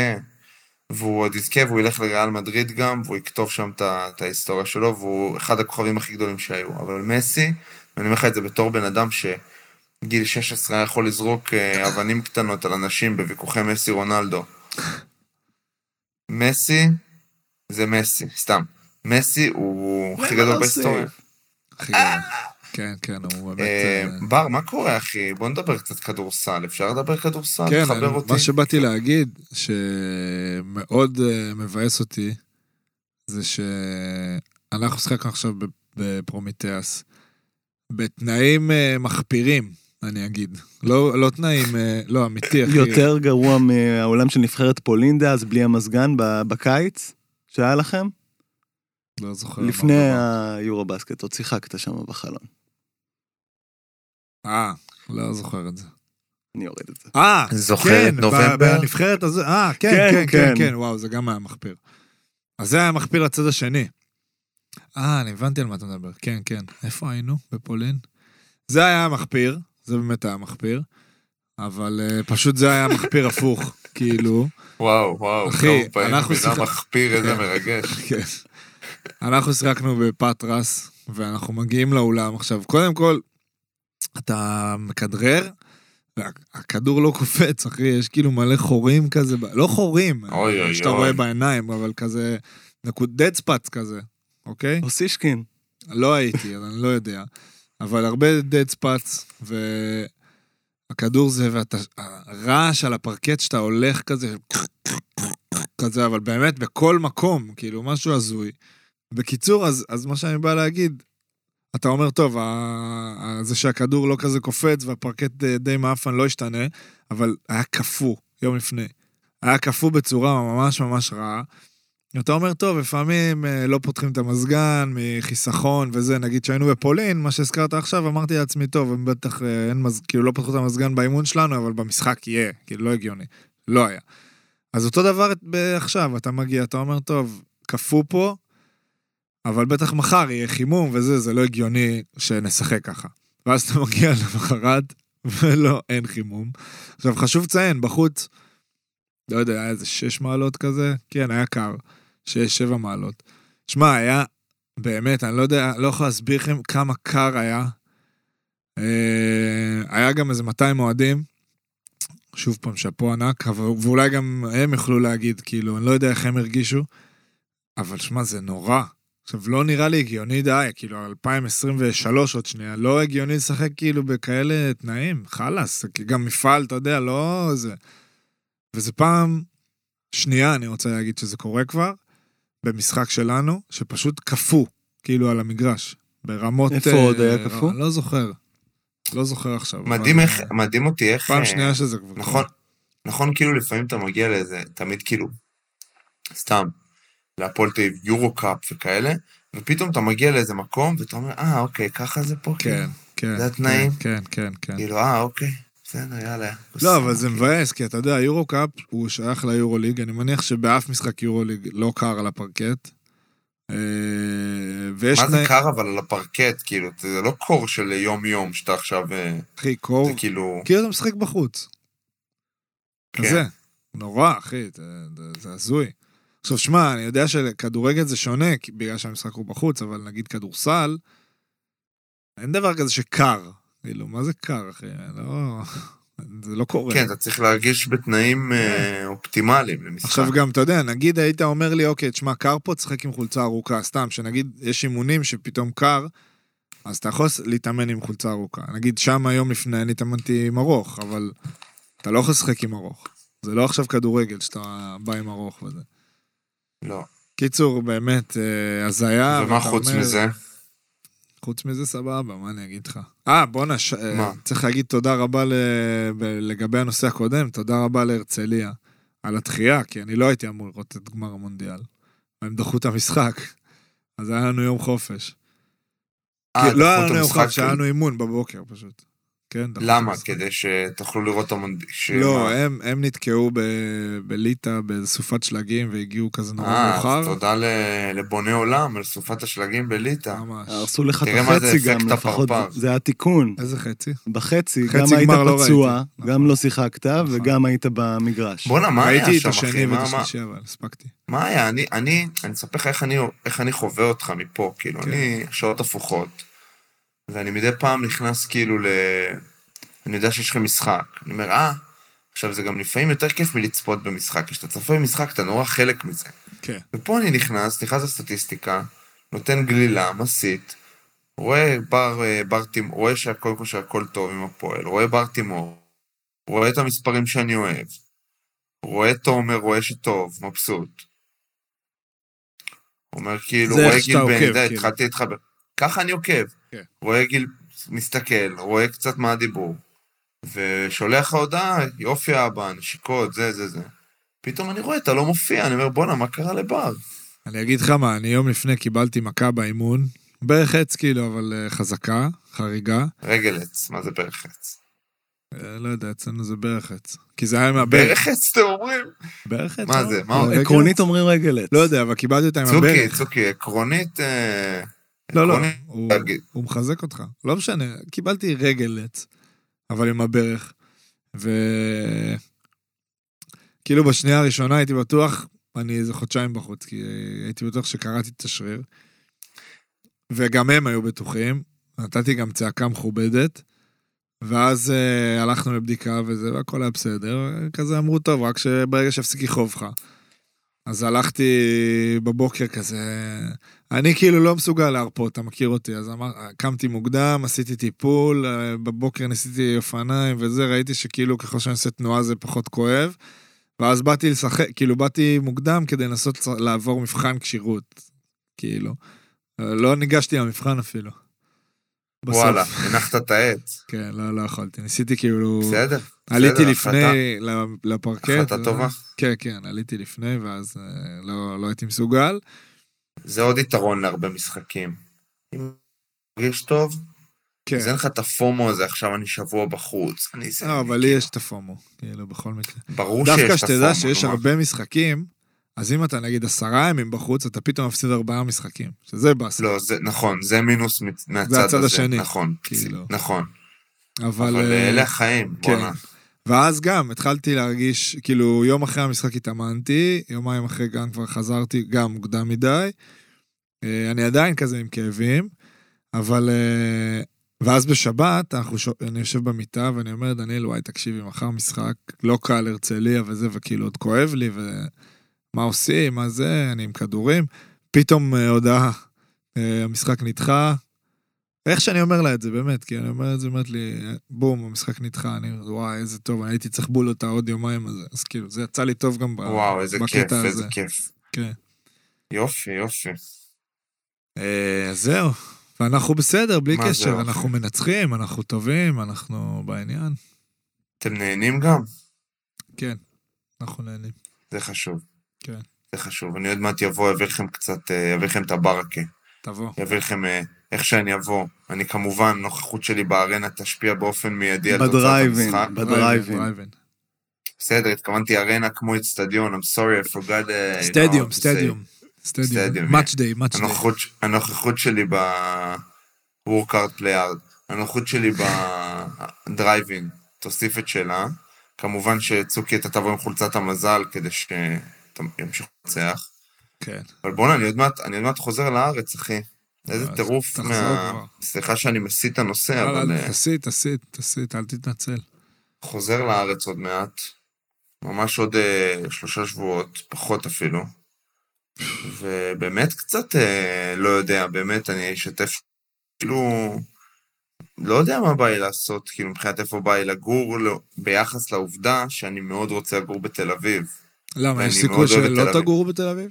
[SPEAKER 2] והוא עוד יזכה, והוא ילך לריאל מדריד גם, והוא יכתוב שם את ה- את ההיסטוריה שלו, והוא אחד הכוכבים הכי גדולים שהיו. אבל מסי, ואני אומר לך את זה בתור בן אדם שגיל 16 היה יכול לזרוק אה, אבנים קטנות על אנשים בוויכוחי מסי רונלדו. מסי זה מסי, סתם. מסי הוא הכי גדול
[SPEAKER 4] לא
[SPEAKER 2] בהיסטוריה.
[SPEAKER 3] הכי גדול. כן, כן, הוא באמת...
[SPEAKER 2] אה,
[SPEAKER 3] אה,
[SPEAKER 2] בר, מה קורה אחי? בוא נדבר קצת כדורסל. אפשר לדבר כדורסל?
[SPEAKER 3] כן,
[SPEAKER 2] תחבר
[SPEAKER 3] אני-
[SPEAKER 2] אותי.
[SPEAKER 3] מה שבאתי להגיד, שמאוד אה, מבאס אותי, זה שאנחנו שחקנו עכשיו ב- בפרומיטיאס, בתנאים אה, מחפירים, אני אגיד. לא לא תנאים, אה, לא, אמיתי, אחי.
[SPEAKER 4] יותר גרוע מהעולם של נבחרת פולינדה, אז בלי המזגן ב- בקיץ, שהיה לכם,
[SPEAKER 3] לא זוכר. מה
[SPEAKER 4] לפני
[SPEAKER 3] קרה.
[SPEAKER 4] היורו בסקט, עוד שיחקת שם בחלון.
[SPEAKER 3] אה, לא זוכר את זה.
[SPEAKER 4] אני אוריד את זה.
[SPEAKER 3] אה,
[SPEAKER 2] זוכר
[SPEAKER 3] כן,
[SPEAKER 2] את נובמבר?
[SPEAKER 3] ב- בנבחרת הזו, אה, כן,
[SPEAKER 4] כן,
[SPEAKER 3] כן, כן,
[SPEAKER 4] כן.
[SPEAKER 3] כן, וואו, זה גם היה מחפיר. אז זה היה מחפיר לצד השני. אה, אני הבנתי על מה אתה מדבר, כן, כן. איפה היינו? בפולין? זה היה מחפיר, זה באמת היה מחפיר, אבל אה, פשוט זה היה מחפיר הפוך, כאילו.
[SPEAKER 2] וואו, וואו,
[SPEAKER 3] אחי,
[SPEAKER 2] כמה פעמים
[SPEAKER 3] אנחנו
[SPEAKER 2] המילה
[SPEAKER 3] שיחק-
[SPEAKER 2] מחפיר, איזה
[SPEAKER 3] כן.
[SPEAKER 2] מרגש.
[SPEAKER 3] כן. אנחנו שיחקנו בפטרס, ואנחנו מגיעים לאולם. עכשיו, קודם כל, אתה מכדרר, והכדור לא קופץ, אחי, יש כאילו מלא חורים כזה, ב- לא חורים,
[SPEAKER 2] אוי, אוי,
[SPEAKER 3] שאתה
[SPEAKER 2] אוי.
[SPEAKER 3] רואה בעיניים, אבל כזה נקוד dead spots כזה, אוקיי?
[SPEAKER 4] או סישקין.
[SPEAKER 3] לא הייתי, אז אני לא יודע. אבל הרבה dead spots, והכדור זה, והרעש על הפרקט שאתה הולך כזה, כזה, אבל באמת בכל מקום, כאילו, משהו הזוי. בקיצור, אז, אז מה שאני בא להגיד, אתה אומר, טוב, ה... ה- זה שהכדור לא כזה קופץ והפרקט אה, די מאפן לא ישתנה, אבל היה קפוא יום לפני. היה קפוא בצורה ממש ממש רעה. אתה אומר, טוב, לפעמים אה, לא פותחים את המזגן מחיסכון וזה, נגיד שהיינו בפולין, מה שהזכרת עכשיו, אמרתי לעצמי, טוב, הם בטח, אה, אין מז... כאילו לא פתחו את המזגן באימון שלנו, אבל במשחק יהיה, כאילו לא הגיוני. לא היה. אז אותו דבר ב- עכשיו, אתה מגיע, אתה אומר, טוב, קפוא פה, אבל בטח מחר יהיה חימום וזה, זה לא הגיוני שנשחק ככה. ואז אתה מגיע למחרת, ולא, אין חימום. עכשיו, חשוב לציין, בחוץ, לא יודע, היה איזה 6 מעלות כזה? כן, היה קר. 6-7 מעלות. שמע, היה, באמת, אני לא יודע, לא יכול להסביר לכם כמה קר היה. אה, היה גם איזה 200 אוהדים. שוב פעם, שאפו ענק, אבל- ואולי גם הם יוכלו להגיד, כאילו, אני לא יודע איך הם הרגישו, אבל שמע, זה נורא. עכשיו, לא נראה לי הגיוני די, כאילו, 2023 עוד שנייה, לא הגיוני לשחק כאילו בכאלה תנאים, חלאס, כי גם מפעל, אתה יודע, לא זה. וזה פעם שנייה, אני רוצה להגיד שזה קורה כבר, במשחק שלנו, שפשוט קפוא, כאילו, על המגרש, ברמות...
[SPEAKER 4] איפה
[SPEAKER 3] אה,
[SPEAKER 4] עוד היה
[SPEAKER 3] רמה-
[SPEAKER 4] קפוא?
[SPEAKER 3] לא זוכר. לא זוכר עכשיו.
[SPEAKER 2] מדהים
[SPEAKER 3] אבל-
[SPEAKER 2] איך, מדהים אותי איך...
[SPEAKER 3] פעם
[SPEAKER 2] אה,
[SPEAKER 3] שנייה שזה כבר...
[SPEAKER 2] נכון, נכון, כאילו לפעמים אתה מגיע לאיזה, תמיד כאילו, סתם, להפועל תל אביב, יורו קאפ וכאלה, ופתאום אתה מגיע לאיזה מקום, ואתה אומר, אה, אוקיי, ככה זה פה,
[SPEAKER 3] כן, כן.
[SPEAKER 2] זה התנאים?
[SPEAKER 3] כן, כן, כן.
[SPEAKER 2] כאילו, אה, אוקיי, בסדר, יאללה.
[SPEAKER 3] לא, אבל זה
[SPEAKER 2] אוקיי.
[SPEAKER 3] מבאס, כי אתה יודע, היורו קאפ הוא שייך ליורו ליג, אני מניח שבאף משחק יורו ליג לא קר על הפרקט. אה, ויש
[SPEAKER 2] מה זה
[SPEAKER 3] תנאי,
[SPEAKER 2] קר אבל על הפרקט, כאילו, זה לא קור של יום-יום שאתה עכשיו, אה,
[SPEAKER 3] אחי, קור,
[SPEAKER 2] זה כאילו...
[SPEAKER 3] כאילו אתה משחק בחוץ.
[SPEAKER 2] כן.
[SPEAKER 3] כזה. נורא, אחי, זה, זה, זה הזוי. עכשיו, שמע, אני יודע שכדורגל זה שונה, כי- בגלל שהמשחק הוא בחוץ, אבל נגיד כדורסל, אין דבר כזה שקר. כאילו, מה זה קר, אחי? לא... זה לא קורה.
[SPEAKER 2] כן, אתה צריך להרגיש בתנאים אה, אופטימליים למשחק.
[SPEAKER 3] עכשיו גם, אתה יודע, נגיד היית אומר לי, אוקיי, תשמע, קר פה, תשחק עם חולצה ארוכה. סתם, שנגיד יש אימונים שפתאום קר, אז אתה יכול להתאמן עם חולצה ארוכה. נגיד שם היום לפני אני התאמנתי עם ארוך, אבל אתה לא יכול לשחק עם ארוך. זה לא עכשיו כדורגל שאתה בא עם ארוך וזה.
[SPEAKER 2] לא.
[SPEAKER 3] קיצור, באמת, אה, הזיה.
[SPEAKER 2] ומה
[SPEAKER 3] ואתה
[SPEAKER 2] חוץ
[SPEAKER 3] אומר-
[SPEAKER 2] מזה?
[SPEAKER 3] חוץ מזה, סבבה, מה אני אגיד לך? אה, בואנה, ש... אה,
[SPEAKER 2] מה?
[SPEAKER 3] צריך להגיד תודה רבה ל... ב- לגבי הנושא הקודם, תודה רבה להרצליה על הדחייה, כי אני לא הייתי אמור לראות את גמר המונדיאל. הם דחו את המשחק, אז היה לנו יום חופש.
[SPEAKER 2] אה,
[SPEAKER 3] כי- לא היה
[SPEAKER 2] דחו את
[SPEAKER 3] לנו יום
[SPEAKER 2] המשחק,
[SPEAKER 3] חופש, היה לנו אימון בבוקר פשוט. כן, דחו את
[SPEAKER 2] למה?
[SPEAKER 3] המשחק.
[SPEAKER 2] כדי שתוכלו לראות את המונדיאל.
[SPEAKER 3] לא, הם, הם נתקעו ב... בליטא באיזה סופת שלגים והגיעו כזה נורא
[SPEAKER 2] אה, אז
[SPEAKER 3] מאוחר.
[SPEAKER 2] תודה ל- לבוני עולם על סופת השלגים בליטא.
[SPEAKER 3] ממש.
[SPEAKER 4] הרסו לך את
[SPEAKER 2] תראה מה זה
[SPEAKER 4] החצי גם,
[SPEAKER 2] אפקט
[SPEAKER 4] לפחות
[SPEAKER 2] הפרפר.
[SPEAKER 4] זה היה תיקון.
[SPEAKER 3] איזה חצי?
[SPEAKER 4] בחצי,
[SPEAKER 3] חצי
[SPEAKER 4] גם היית
[SPEAKER 3] גמר לא
[SPEAKER 4] פצוע,
[SPEAKER 3] ראיתי. נכון.
[SPEAKER 4] גם לא שיחקת וגם היית במגרש.
[SPEAKER 2] בואנה, מה היה
[SPEAKER 3] ראיתי את
[SPEAKER 2] שם, אחי?
[SPEAKER 3] השני ואת
[SPEAKER 2] מה- מה-
[SPEAKER 3] השלישי, אבל הספקתי.
[SPEAKER 2] מה היה? אני, אני, אני אספר לך איך אני, איך אני חווה אותך מפה, כאילו,
[SPEAKER 3] כן.
[SPEAKER 2] כן. אני שעות הפוכות, ואני מדי פעם נכנס כאילו ל... אני יודע שיש לכם משחק. אני אומר, אה, עכשיו זה גם לפעמים יותר כיף מלצפות במשחק. כשאתה צופה במשחק, אתה נורא חלק מזה.
[SPEAKER 3] כן.
[SPEAKER 2] ופה אני נכנס, נכנס לסטטיסטיקה, נותן גלילה, מסית, רואה בר, אה, בר תימור, רואה שהכל, כל שהכל טוב עם הפועל, רואה בר תימור, רואה את המספרים שאני אוהב, רואה תומר, רואה שטוב, מבסוט. אומר כאילו,
[SPEAKER 3] זה איך
[SPEAKER 2] רואה
[SPEAKER 3] שאתה
[SPEAKER 2] גיל
[SPEAKER 3] עוקב,
[SPEAKER 2] בן, די,
[SPEAKER 3] כאילו.
[SPEAKER 2] התחלתי להתחבר. ככה אני עוקב.
[SPEAKER 3] כן.
[SPEAKER 2] רואה גיל, מסתכל, רואה קצת מה הדיבור, ושולח לך הודעה, יופי אבא, נשיקות, זה, זה, זה. פתאום אני רואה, אתה לא מופיע, אני אומר, בואנה, מה קרה לבר?
[SPEAKER 3] אני אגיד לך מה, אני יום לפני קיבלתי מכה באימון, בערך עץ כאילו, אבל אה, חזקה, חריגה.
[SPEAKER 2] רגל עץ, מה זה פרח עץ?
[SPEAKER 3] אה, לא יודע, אצלנו זה ברך עץ. כי זה היה עם הברך.
[SPEAKER 2] בערך עץ אתם אומרים?
[SPEAKER 3] ברך עץ?
[SPEAKER 2] מה
[SPEAKER 3] לא?
[SPEAKER 2] זה? מה
[SPEAKER 3] רגל?
[SPEAKER 4] עקרונית אומרים רגל עץ.
[SPEAKER 3] לא יודע, אבל קיבלתי אותה עם הברך.
[SPEAKER 2] צוקי, צוקי, עקרונית... אה,
[SPEAKER 3] לא, לא,
[SPEAKER 2] עקרונית,
[SPEAKER 3] הוא-
[SPEAKER 2] להגיד.
[SPEAKER 3] הוא מחזק אותך. לא משנה, קיבלתי רגל עץ, אבל עם הברך. ו... כאילו בשנייה הראשונה הייתי בטוח, אני איזה חודשיים בחוץ, כי הייתי בטוח שקראתי את השריר. וגם הם היו בטוחים, נתתי גם צעקה מכובדת. ואז uh, הלכנו לבדיקה וזה, והכל היה בסדר. כזה אמרו, טוב, רק שברגע שיפסיק לכאוב לך. אז הלכתי בבוקר כזה, אני כאילו לא מסוגל להרפות, אתה מכיר אותי, אז אמר, קמתי מוקדם, עשיתי טיפול, אה, בבוקר ניסיתי אופניים וזה, ראיתי שכאילו ככל שאני עושה תנועה זה פחות כואב, ואז באתי לשחק, כאילו באתי מוקדם כדי לנסות לצ- לעבור מבחן כשירות, כאילו. אה, לא ניגשתי למבחן אפילו. בסוף.
[SPEAKER 2] וואלה, הנחת את העץ.
[SPEAKER 3] כן, לא, לא יכולתי, ניסיתי כאילו...
[SPEAKER 2] בסדר.
[SPEAKER 3] עליתי
[SPEAKER 2] בסדר,
[SPEAKER 3] לפני ל- לפרקט.
[SPEAKER 2] החלטה
[SPEAKER 3] ו-
[SPEAKER 2] טובה.
[SPEAKER 3] כן, כן, עליתי לפני, ואז אה, לא, לא הייתי מסוגל.
[SPEAKER 2] זה עוד יתרון להרבה משחקים. אם מרגיש טוב,
[SPEAKER 3] כן.
[SPEAKER 2] אז אין לך את הפומו הזה, עכשיו אני שבוע בחוץ. אני זה...
[SPEAKER 3] לא, אבל לי יש את הפומו, כאילו, בכל מקרה.
[SPEAKER 2] ברור שיש את הפומו.
[SPEAKER 3] דווקא שתדע שיש
[SPEAKER 2] כלומר,
[SPEAKER 3] הרבה משחקים, אז אם אתה נגיד עשרה ימים בחוץ, אתה פתאום מפסיד ארבעה משחקים, שזה באסה.
[SPEAKER 2] לא, זה נכון, זה מינוס מצ- מהצד הזה.
[SPEAKER 3] הצד השני.
[SPEAKER 2] נכון,
[SPEAKER 3] כאילו.
[SPEAKER 2] נכון.
[SPEAKER 3] אבל...
[SPEAKER 2] אבל
[SPEAKER 3] אה,
[SPEAKER 2] אלה החיים,
[SPEAKER 3] כן.
[SPEAKER 2] בואנה.
[SPEAKER 3] ואז גם התחלתי להרגיש, כאילו, יום אחרי המשחק התאמנתי, יומיים אחרי גם כבר חזרתי, גם מוקדם מדי. אה, אני עדיין כזה עם כאבים, אבל... אה, ואז בשבת, אנחנו ש... אני יושב במיטה ואני אומר, דניאל, וואי, תקשיבי, מחר משחק, לא קל הרצליה וזה, וכאילו עוד כואב לי, ומה עושים, מה זה, אני עם כדורים. פתאום אה, הודעה, אה, המשחק נדחה. איך שאני אומר לה את זה, באמת, כי אני אומר את זה, היא אומרת לי, בום, המשחק נדחה, אני אומר, וואי, איזה טוב, אני הייתי צריך בול אותה עוד יומיים, אז, אז כאילו, זה יצא לי טוב גם ב-
[SPEAKER 2] וואו, איזה כיף,
[SPEAKER 3] בקטע
[SPEAKER 2] איזה
[SPEAKER 3] הזה.
[SPEAKER 2] כיף.
[SPEAKER 3] כן.
[SPEAKER 2] יופי, יופי.
[SPEAKER 3] אה, זהו, ואנחנו בסדר, בלי
[SPEAKER 2] מה זה
[SPEAKER 3] קשר,
[SPEAKER 2] אוקיי?
[SPEAKER 3] אנחנו מנצחים, אנחנו טובים, אנחנו בעניין.
[SPEAKER 2] אתם נהנים גם?
[SPEAKER 3] כן, אנחנו נהנים.
[SPEAKER 2] זה חשוב.
[SPEAKER 3] כן.
[SPEAKER 2] זה חשוב. אני עוד מעט אבוא, אביא לכם קצת, אה, אביא לכם את הברקה.
[SPEAKER 3] תבוא.
[SPEAKER 2] אביא לכם אה, איך שאני אבוא. אני כמובן, נוכחות שלי בארנה תשפיע באופן מיידי על תוצאת
[SPEAKER 4] בדרייבין,
[SPEAKER 2] המשחק.
[SPEAKER 4] בדרייבין.
[SPEAKER 3] דרייבין.
[SPEAKER 2] בסדר, התכוונתי ארנה כמו אצטדיון, I'm sorry, I forgot... uh, you know how
[SPEAKER 3] סטדיום,
[SPEAKER 2] to say.
[SPEAKER 3] סטדיום. סטדיום.
[SPEAKER 2] סטדיום, כן.
[SPEAKER 3] מאץ' דיי, מאץ' דיי.
[SPEAKER 2] הנוכחות, הנוכחות שלי ב... work out play hard, הנוכחות שלי בדרייבין, תוסיף את שלה. כמובן שצוקי אתה תבוא עם חולצת המזל כדי שתמשיך לנצח.
[SPEAKER 3] כן.
[SPEAKER 2] אבל בואנה, אני עוד מעט, אני עוד מעט חוזר לארץ, אחי. איזה
[SPEAKER 3] אז
[SPEAKER 2] טירוף
[SPEAKER 3] אה, תחזור
[SPEAKER 2] מה...
[SPEAKER 3] כבר.
[SPEAKER 2] סליחה שאני מסיט את הנושא,
[SPEAKER 3] יאללה,
[SPEAKER 2] אבל אה,
[SPEAKER 3] תסיט, תסיט, תסיט, אל תתנצל.
[SPEAKER 2] חוזר לארץ עוד מעט. ממש עוד אה, שלושה שבועות, פחות אפילו. ובאמת קצת, אה, לא יודע, באמת, אני אשתף, כאילו, לא יודע מה בא לי לעשות, כאילו, מבחינת איפה בא לי לגור, לא, ביחס לעובדה שאני מאוד רוצה לגור בתל אביב.
[SPEAKER 3] למה,
[SPEAKER 2] ואני
[SPEAKER 3] יש סיכוי
[SPEAKER 2] מאוד אוהב את
[SPEAKER 3] שלא
[SPEAKER 2] תל אביב.
[SPEAKER 3] תגורו בתל אביב?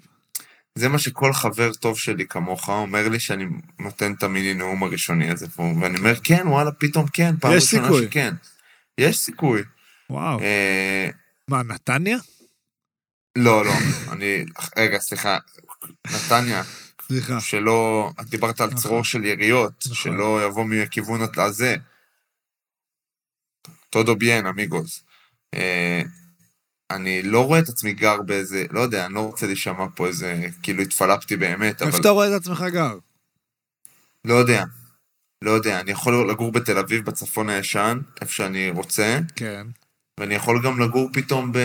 [SPEAKER 2] זה מה שכל חבר טוב שלי כמוך אומר לי שאני נותן את המיני נאום הראשוני הזה פה, ואני אומר, כן, וואלה, פתאום כן, פעם
[SPEAKER 3] יש
[SPEAKER 2] ראשונה
[SPEAKER 3] סיכוי. אוקיי.
[SPEAKER 2] שכן. יש סיכוי.
[SPEAKER 3] וואו.
[SPEAKER 2] אה,
[SPEAKER 3] מה, נתניה?
[SPEAKER 2] לא, לא, אני... רגע, סליחה. נתניה,
[SPEAKER 3] סליחה.
[SPEAKER 2] שלא... את דיברת על
[SPEAKER 3] נכון.
[SPEAKER 2] צרור של יריות,
[SPEAKER 3] נכון.
[SPEAKER 2] שלא יבוא מכיוון הת- הזה. טודו ביין, אמיגוס. אה, אני לא רואה את עצמי גר באיזה... לא יודע, אני לא רוצה להישמע פה איזה... כאילו התפלפתי באמת, אבל...
[SPEAKER 3] איפה אתה רואה את עצמך גר?
[SPEAKER 2] לא יודע. לא יודע, אני יכול לגור בתל אביב, בצפון הישן, איפה שאני רוצה,
[SPEAKER 3] כן.
[SPEAKER 2] ואני יכול גם לגור פתאום ב-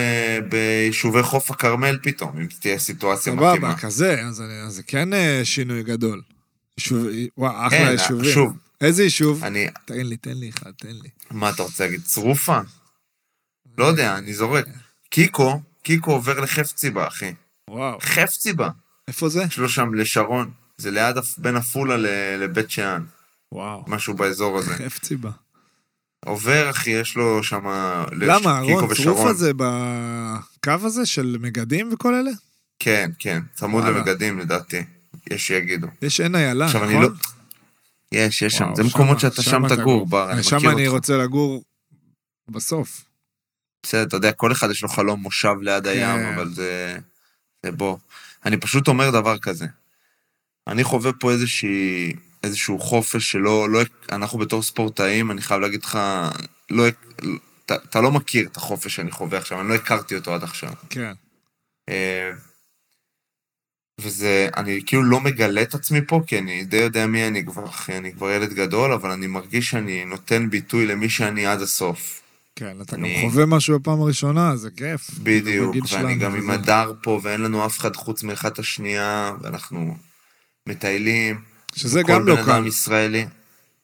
[SPEAKER 2] ביישובי חוף הכרמל פתאום, אם תהיה סיטואציה מתאימה.
[SPEAKER 3] סבבה, כזה, אז אני- אז זה כן אה, שינוי גדול. יישוב, וואו, אחלה
[SPEAKER 2] כן,
[SPEAKER 3] יישובים.
[SPEAKER 2] שוב,
[SPEAKER 3] איזה יישוב?
[SPEAKER 2] אני...
[SPEAKER 3] תן לי, תן לי אחד, תן לי.
[SPEAKER 2] מה אתה רוצה להגיד? צרופה? לא יודע, אני זורק. קיקו, קיקו עובר לחפציבה, אחי.
[SPEAKER 3] וואו.
[SPEAKER 2] חפציבה.
[SPEAKER 3] איפה זה?
[SPEAKER 2] יש לו שם לשרון. זה ליד, עפ- בין עפולה ל- לבית שאן,
[SPEAKER 3] וואו.
[SPEAKER 2] משהו באזור הזה.
[SPEAKER 3] חפציבה.
[SPEAKER 2] עובר, אחי, יש לו שם...
[SPEAKER 3] למה, רון, צרוף הזה בקו הזה של מגדים וכל אלה?
[SPEAKER 2] כן, כן, צמוד
[SPEAKER 3] וואלה.
[SPEAKER 2] למגדים לדעתי. יש שיגידו.
[SPEAKER 3] יש עין איילה, נכון?
[SPEAKER 2] עכשיו, אני לא... יש, יש שם.
[SPEAKER 3] וואו,
[SPEAKER 2] זה מקומות
[SPEAKER 3] שמה-
[SPEAKER 2] שאתה שם
[SPEAKER 3] שמה
[SPEAKER 2] תגור, בר, אני
[SPEAKER 3] שם
[SPEAKER 2] מכיר
[SPEAKER 3] אני
[SPEAKER 2] אותך.
[SPEAKER 3] רוצה לגור בסוף.
[SPEAKER 2] בסדר, אתה יודע, כל אחד יש לו חלום מושב ליד הים,
[SPEAKER 3] כן.
[SPEAKER 2] אבל זה... זה בוא. אני פשוט אומר דבר כזה. אני חווה פה איזושהי, איזשהו חופש שלא... לא, אנחנו בתור ספורטאים, אני חייב להגיד לך, לא, אתה- אתה לא מכיר את החופש שאני חווה עכשיו, אני לא הכרתי אותו עד עכשיו.
[SPEAKER 3] כן.
[SPEAKER 2] אה, וזה, אני כאילו לא מגלה את עצמי פה, כי אני די יודע מי אני כבר, אחי, אני כבר ילד גדול, אבל אני מרגיש שאני נותן ביטוי למי שאני עד הסוף.
[SPEAKER 3] כן, אתה גם
[SPEAKER 2] אני-
[SPEAKER 3] חווה משהו בפעם הראשונה, זה כיף.
[SPEAKER 2] בדיוק,
[SPEAKER 3] בגיל
[SPEAKER 2] ואני
[SPEAKER 3] שלנו
[SPEAKER 2] גם עם
[SPEAKER 3] וזה.
[SPEAKER 2] הדר פה, ואין לנו אף אחד חוץ מאחת השנייה, ואנחנו מטיילים.
[SPEAKER 3] שזה
[SPEAKER 2] כל
[SPEAKER 3] גם
[SPEAKER 2] בן
[SPEAKER 3] לא
[SPEAKER 2] אדם
[SPEAKER 3] קל.
[SPEAKER 2] ישראלי.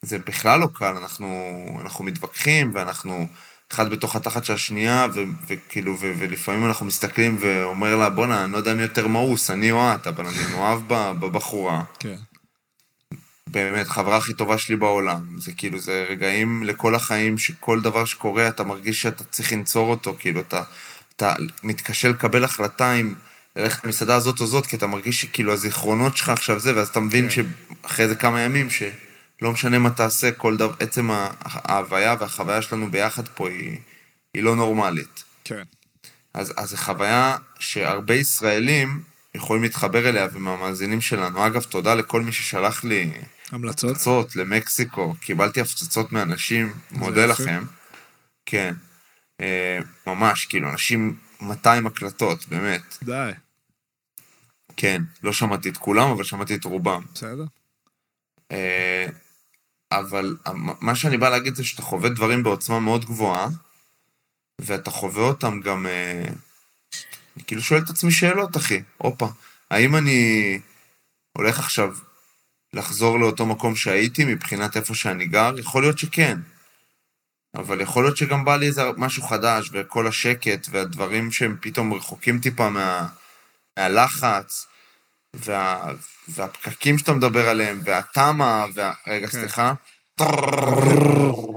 [SPEAKER 2] זה בכלל לא קל, אנחנו, אנחנו מתווכחים, ואנחנו אחד בתוך התחת של השנייה, ו, וכאילו, ו, ולפעמים אנחנו מסתכלים ואומר לה, בואנה, אני לא יודע מי יותר מאוס, אני או את, אבל אני מאוהב ב- בבחורה.
[SPEAKER 3] כן.
[SPEAKER 2] באמת, חברה הכי טובה שלי בעולם. זה כאילו, זה רגעים לכל החיים, שכל דבר שקורה, אתה מרגיש שאתה צריך לנצור אותו, כאילו, אתה, אתה מתקשה לקבל החלטה אם ללכת למסעדה הזאת או זאת, כי אתה מרגיש שכאילו הזיכרונות שלך עכשיו זה, ואז אתה מבין
[SPEAKER 3] כן.
[SPEAKER 2] שאחרי איזה כמה ימים, שלא משנה מה תעשה, כל דבר, עצם ה- ההוויה והחוויה שלנו ביחד פה היא, היא לא נורמלית.
[SPEAKER 3] כן.
[SPEAKER 2] אז, אז זו חוויה שהרבה ישראלים יכולים להתחבר אליה, ומהמאזינים שלנו. אגב, תודה לכל מי ששלח לי
[SPEAKER 3] המלצות?
[SPEAKER 2] הפצצות למקסיקו, קיבלתי הפצצות מאנשים, מודה
[SPEAKER 3] יפה.
[SPEAKER 2] לכם. כן, אה, ממש, כאילו, אנשים, 200 הקלטות, באמת.
[SPEAKER 3] די.
[SPEAKER 2] כן, לא שמעתי את כולם, אבל שמעתי את רובם.
[SPEAKER 3] בסדר?
[SPEAKER 2] אה, אבל המ- מה שאני בא להגיד זה שאתה חווה דברים בעוצמה מאוד גבוהה, ואתה חווה אותם גם... אה, אני כאילו שואל את עצמי שאלות, אחי. הופה, האם אני הולך עכשיו לחזור לאותו מקום שהייתי מבחינת איפה שאני גר? יכול להיות שכן. אבל יכול להיות שגם בא לי איזה משהו חדש, וכל השקט, והדברים שהם פתאום רחוקים טיפה מה, מהלחץ, וה, והפקקים שאתה מדבר עליהם, והתמה, וה... רגע,
[SPEAKER 3] כן.
[SPEAKER 2] סליחה.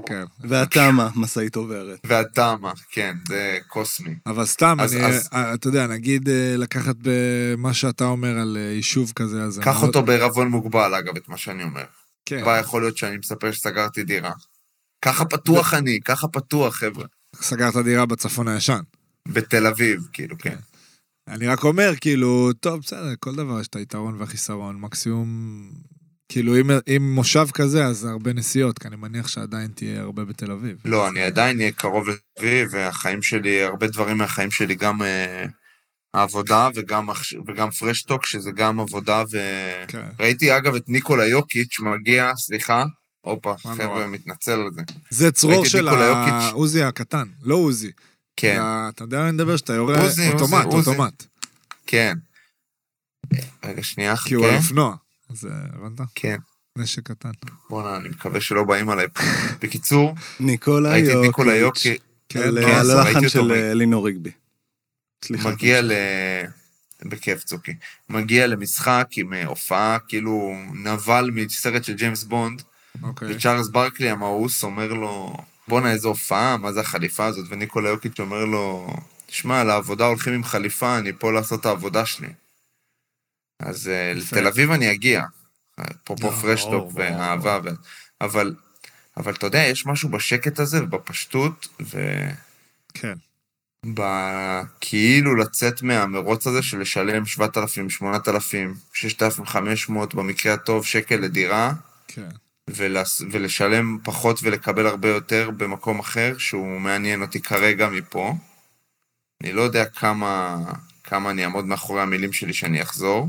[SPEAKER 3] כן.
[SPEAKER 4] והתמה, משאית עוברת.
[SPEAKER 2] והתמה, כן, זה קוסמי.
[SPEAKER 3] אבל סתם,
[SPEAKER 2] אז-
[SPEAKER 3] אני,
[SPEAKER 2] אז-
[SPEAKER 3] אה, אתה יודע, נגיד אה, לקחת במה שאתה אומר על אה, יישוב כזה, אז... אני
[SPEAKER 2] קח
[SPEAKER 3] מאוד-
[SPEAKER 2] אותו בעירבון מוגבל, אגב, את מה שאני אומר.
[SPEAKER 3] כן.
[SPEAKER 2] כבר יכול להיות שאני מספר שסגרתי דירה. ככה פתוח אני, ככה פתוח, חבר'ה.
[SPEAKER 3] סגרת דירה בצפון הישן.
[SPEAKER 2] בתל אביב, כאילו, כן.
[SPEAKER 3] אני רק אומר, כאילו, טוב, בסדר, כל דבר יש את היתרון והחיסרון. מקסימום, כאילו, אם, אם מושב כזה, אז הרבה נסיעות, כי אני מניח שעדיין תהיה הרבה בתל אביב.
[SPEAKER 2] לא, אני עדיין אהיה קרוב לסביב, והחיים שלי, הרבה דברים מהחיים שלי, גם אה, העבודה וגם, הכש- וגם פרשטוק, שזה גם עבודה ו...
[SPEAKER 3] כן.
[SPEAKER 2] ראיתי, אגב, את ניקולה יוקיץ' מגיע, סליחה, הופה,
[SPEAKER 3] מה
[SPEAKER 2] חבר'ה,
[SPEAKER 3] נורא.
[SPEAKER 2] מתנצל על זה.
[SPEAKER 3] זה צרור
[SPEAKER 2] ראיתי
[SPEAKER 3] של
[SPEAKER 2] ניקולה
[SPEAKER 3] ה-
[SPEAKER 2] יוקיץ'.
[SPEAKER 3] עוזי הקטן, לא עוזי.
[SPEAKER 2] כן.
[SPEAKER 3] אלא, אתה יודע מה אני מדבר? שאתה יורה
[SPEAKER 2] עוזי,
[SPEAKER 3] אוטומט,
[SPEAKER 2] עוזי, עוזי.
[SPEAKER 3] אוטומט.
[SPEAKER 2] כן. רגע, שנייה, חכה.
[SPEAKER 3] כי הוא על אופנוע. אז אה, הבנת?
[SPEAKER 2] כן.
[SPEAKER 3] נשק קטן.
[SPEAKER 2] בואנה, אני מקווה שלא באים עליי פה. בקיצור,
[SPEAKER 4] ניקולה
[SPEAKER 2] ראיתי את ניקולה
[SPEAKER 4] יוקיץ'.
[SPEAKER 2] יוקי
[SPEAKER 3] כן,
[SPEAKER 4] על
[SPEAKER 2] כן,
[SPEAKER 4] על
[SPEAKER 2] ראיתי
[SPEAKER 4] הלחן
[SPEAKER 2] אותו
[SPEAKER 4] של
[SPEAKER 2] ב-
[SPEAKER 4] אה, אלינור ריגבי. סליחה.
[SPEAKER 2] מגיע ל... בכיף צוקי. מגיע למשחק עם אה, הופעה, כאילו נבל מסרט של ג'יימס בונד,
[SPEAKER 3] אוקיי.
[SPEAKER 2] וצ'ארלס ברקלי המאוס אומר לו, בואנה איזה הופעה, מה זה החליפה הזאת? וניקולה יוקיץ' אומר לו, שמע, לעבודה הולכים עם חליפה, אני פה לעשות את העבודה שלי. אז אה,
[SPEAKER 3] יפה.
[SPEAKER 2] לתל אביב אני אגיע. אפרופו
[SPEAKER 3] לא,
[SPEAKER 2] פרשטוק
[SPEAKER 3] ברור,
[SPEAKER 2] ואהבה, ו- אבל, אבל אתה יודע, יש משהו בשקט הזה ובפשטות, ו...
[SPEAKER 3] כן.
[SPEAKER 2] ב- כאילו לצאת מהמרוץ הזה של לשלם 7,000, 8,000, 6,500, במקרה הטוב, שקל לדירה,
[SPEAKER 3] כן.
[SPEAKER 2] ולס... ולשלם פחות ולקבל הרבה יותר במקום אחר, שהוא מעניין אותי כרגע מפה. אני לא יודע כמה, כמה אני אעמוד מאחורי המילים שלי שאני אחזור,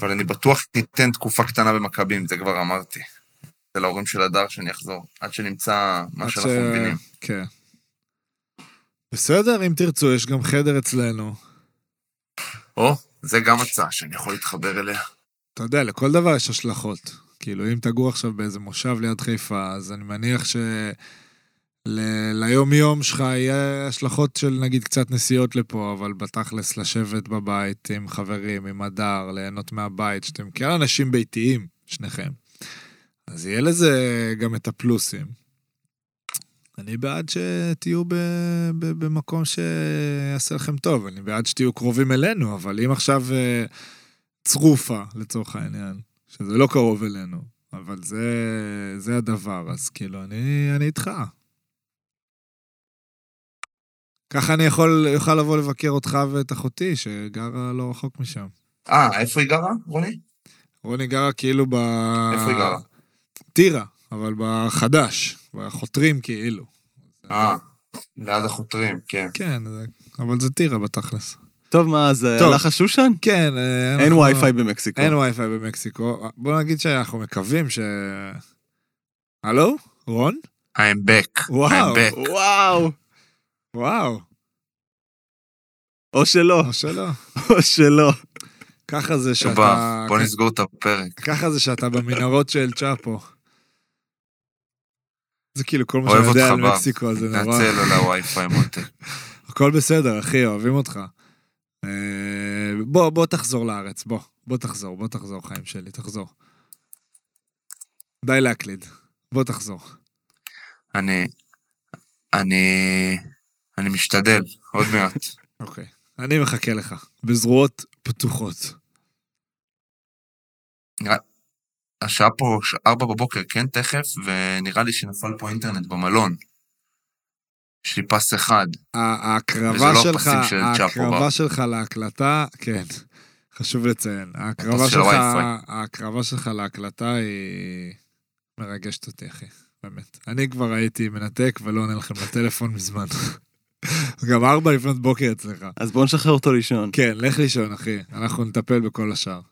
[SPEAKER 2] אבל אני בטוח תיתן תקופה קטנה במכבים, זה כבר אמרתי. זה להורים של הדר שאני אחזור, עד שנמצא מה
[SPEAKER 3] עד ש-
[SPEAKER 2] שאנחנו מבינים.
[SPEAKER 3] כן. בסדר, אם תרצו, יש גם חדר אצלנו.
[SPEAKER 2] או, זה גם הצעה שאני יכול להתחבר אליה.
[SPEAKER 3] אתה יודע, לכל דבר יש השלכות. כאילו, אם תגור עכשיו באיזה מושב ליד חיפה, אז אני מניח ש... ל- ליום-יום שלך יהיה השלכות של נגיד קצת נסיעות לפה, אבל בתכלס לשבת בבית עם חברים, עם הדר, ליהנות מהבית, שאתם כאלה אנשים ביתיים, שניכם. אז יהיה לזה גם את הפלוסים. אני בעד שתהיו ב- ב- במקום שיעשה לכם טוב, אני בעד שתהיו קרובים אלינו, אבל אם עכשיו אה, צרופה, לצורך העניין, שזה לא קרוב אלינו, אבל זה, זה הדבר, אז כאילו, אני, אני איתך. ככה אני יכול, יוכל לבוא לבקר אותך ואת אחותי, שגרה לא רחוק משם.
[SPEAKER 2] אה, איפה היא גרה, רוני?
[SPEAKER 3] רוני גרה כאילו ב...
[SPEAKER 2] איפה היא גרה?
[SPEAKER 3] טירה, אבל בחדש, בחותרים כאילו.
[SPEAKER 2] אה, ליד החותרים, כן.
[SPEAKER 3] כן, זה- אבל זה טירה בתכלס.
[SPEAKER 4] טוב, מה, אז אה,
[SPEAKER 3] טוב.
[SPEAKER 4] הלך השושן?
[SPEAKER 3] כן, אה,
[SPEAKER 4] אין
[SPEAKER 3] אנחנו-
[SPEAKER 4] וי-פיי במקסיקו.
[SPEAKER 3] אין וי-פיי במקסיקו. בוא נגיד שאנחנו מקווים ש... הלו? רון?
[SPEAKER 2] I'm back.
[SPEAKER 3] וואו,
[SPEAKER 2] I'm back.
[SPEAKER 4] וואו.
[SPEAKER 3] וואו,
[SPEAKER 4] או שלא,
[SPEAKER 3] או שלא.
[SPEAKER 4] או שלא.
[SPEAKER 3] ככה זה שאתה... כן.
[SPEAKER 2] טוב, בוא נסגור את הפרק.
[SPEAKER 3] ככה זה שאתה במנהרות של צ'אפו. זה כאילו כל מה
[SPEAKER 2] אוהב
[SPEAKER 3] שאני יודע
[SPEAKER 2] אותך,
[SPEAKER 3] על
[SPEAKER 2] בר.
[SPEAKER 3] מקסיקו, זה נורא.
[SPEAKER 2] נצל על הווי-פיי מוטי.
[SPEAKER 3] הכל בסדר, אחי, אוהבים אותך. אה, בוא, בוא תחזור לארץ, בוא. בוא תחזור, בוא תחזור, חיים שלי, תחזור. די להקליד, בוא תחזור.
[SPEAKER 2] אני... אני... אני משתדל, עוד מעט.
[SPEAKER 3] אוקיי. אני מחכה לך, בזרועות פתוחות.
[SPEAKER 2] השעה פה ש- ארבע בבוקר, כן, תכף, ונראה לי שנפל פה אינטרנט במלון. יש לי פס אחד.
[SPEAKER 3] ה-
[SPEAKER 2] וזה
[SPEAKER 3] ההקרבה
[SPEAKER 2] לא
[SPEAKER 3] שלך,
[SPEAKER 2] הפסים של צ'אפו,
[SPEAKER 3] ההקרבה
[SPEAKER 2] אבל.
[SPEAKER 3] שלך להקלטה, כן, חשוב לציין. ההקרבה
[SPEAKER 2] הפס של
[SPEAKER 3] שלך,
[SPEAKER 2] הווי-פיי.
[SPEAKER 3] ההקרבה שלך להקלטה היא מרגשת אותי, אחי, באמת. אני כבר הייתי מנתק ולא עונה לכם לטלפון מזמן. גם ארבע לפנות בוקר אצלך.
[SPEAKER 4] אז בואו נשחרר אותו לישון.
[SPEAKER 3] כן, לך לישון, אחי, אנחנו נטפל בכל השאר.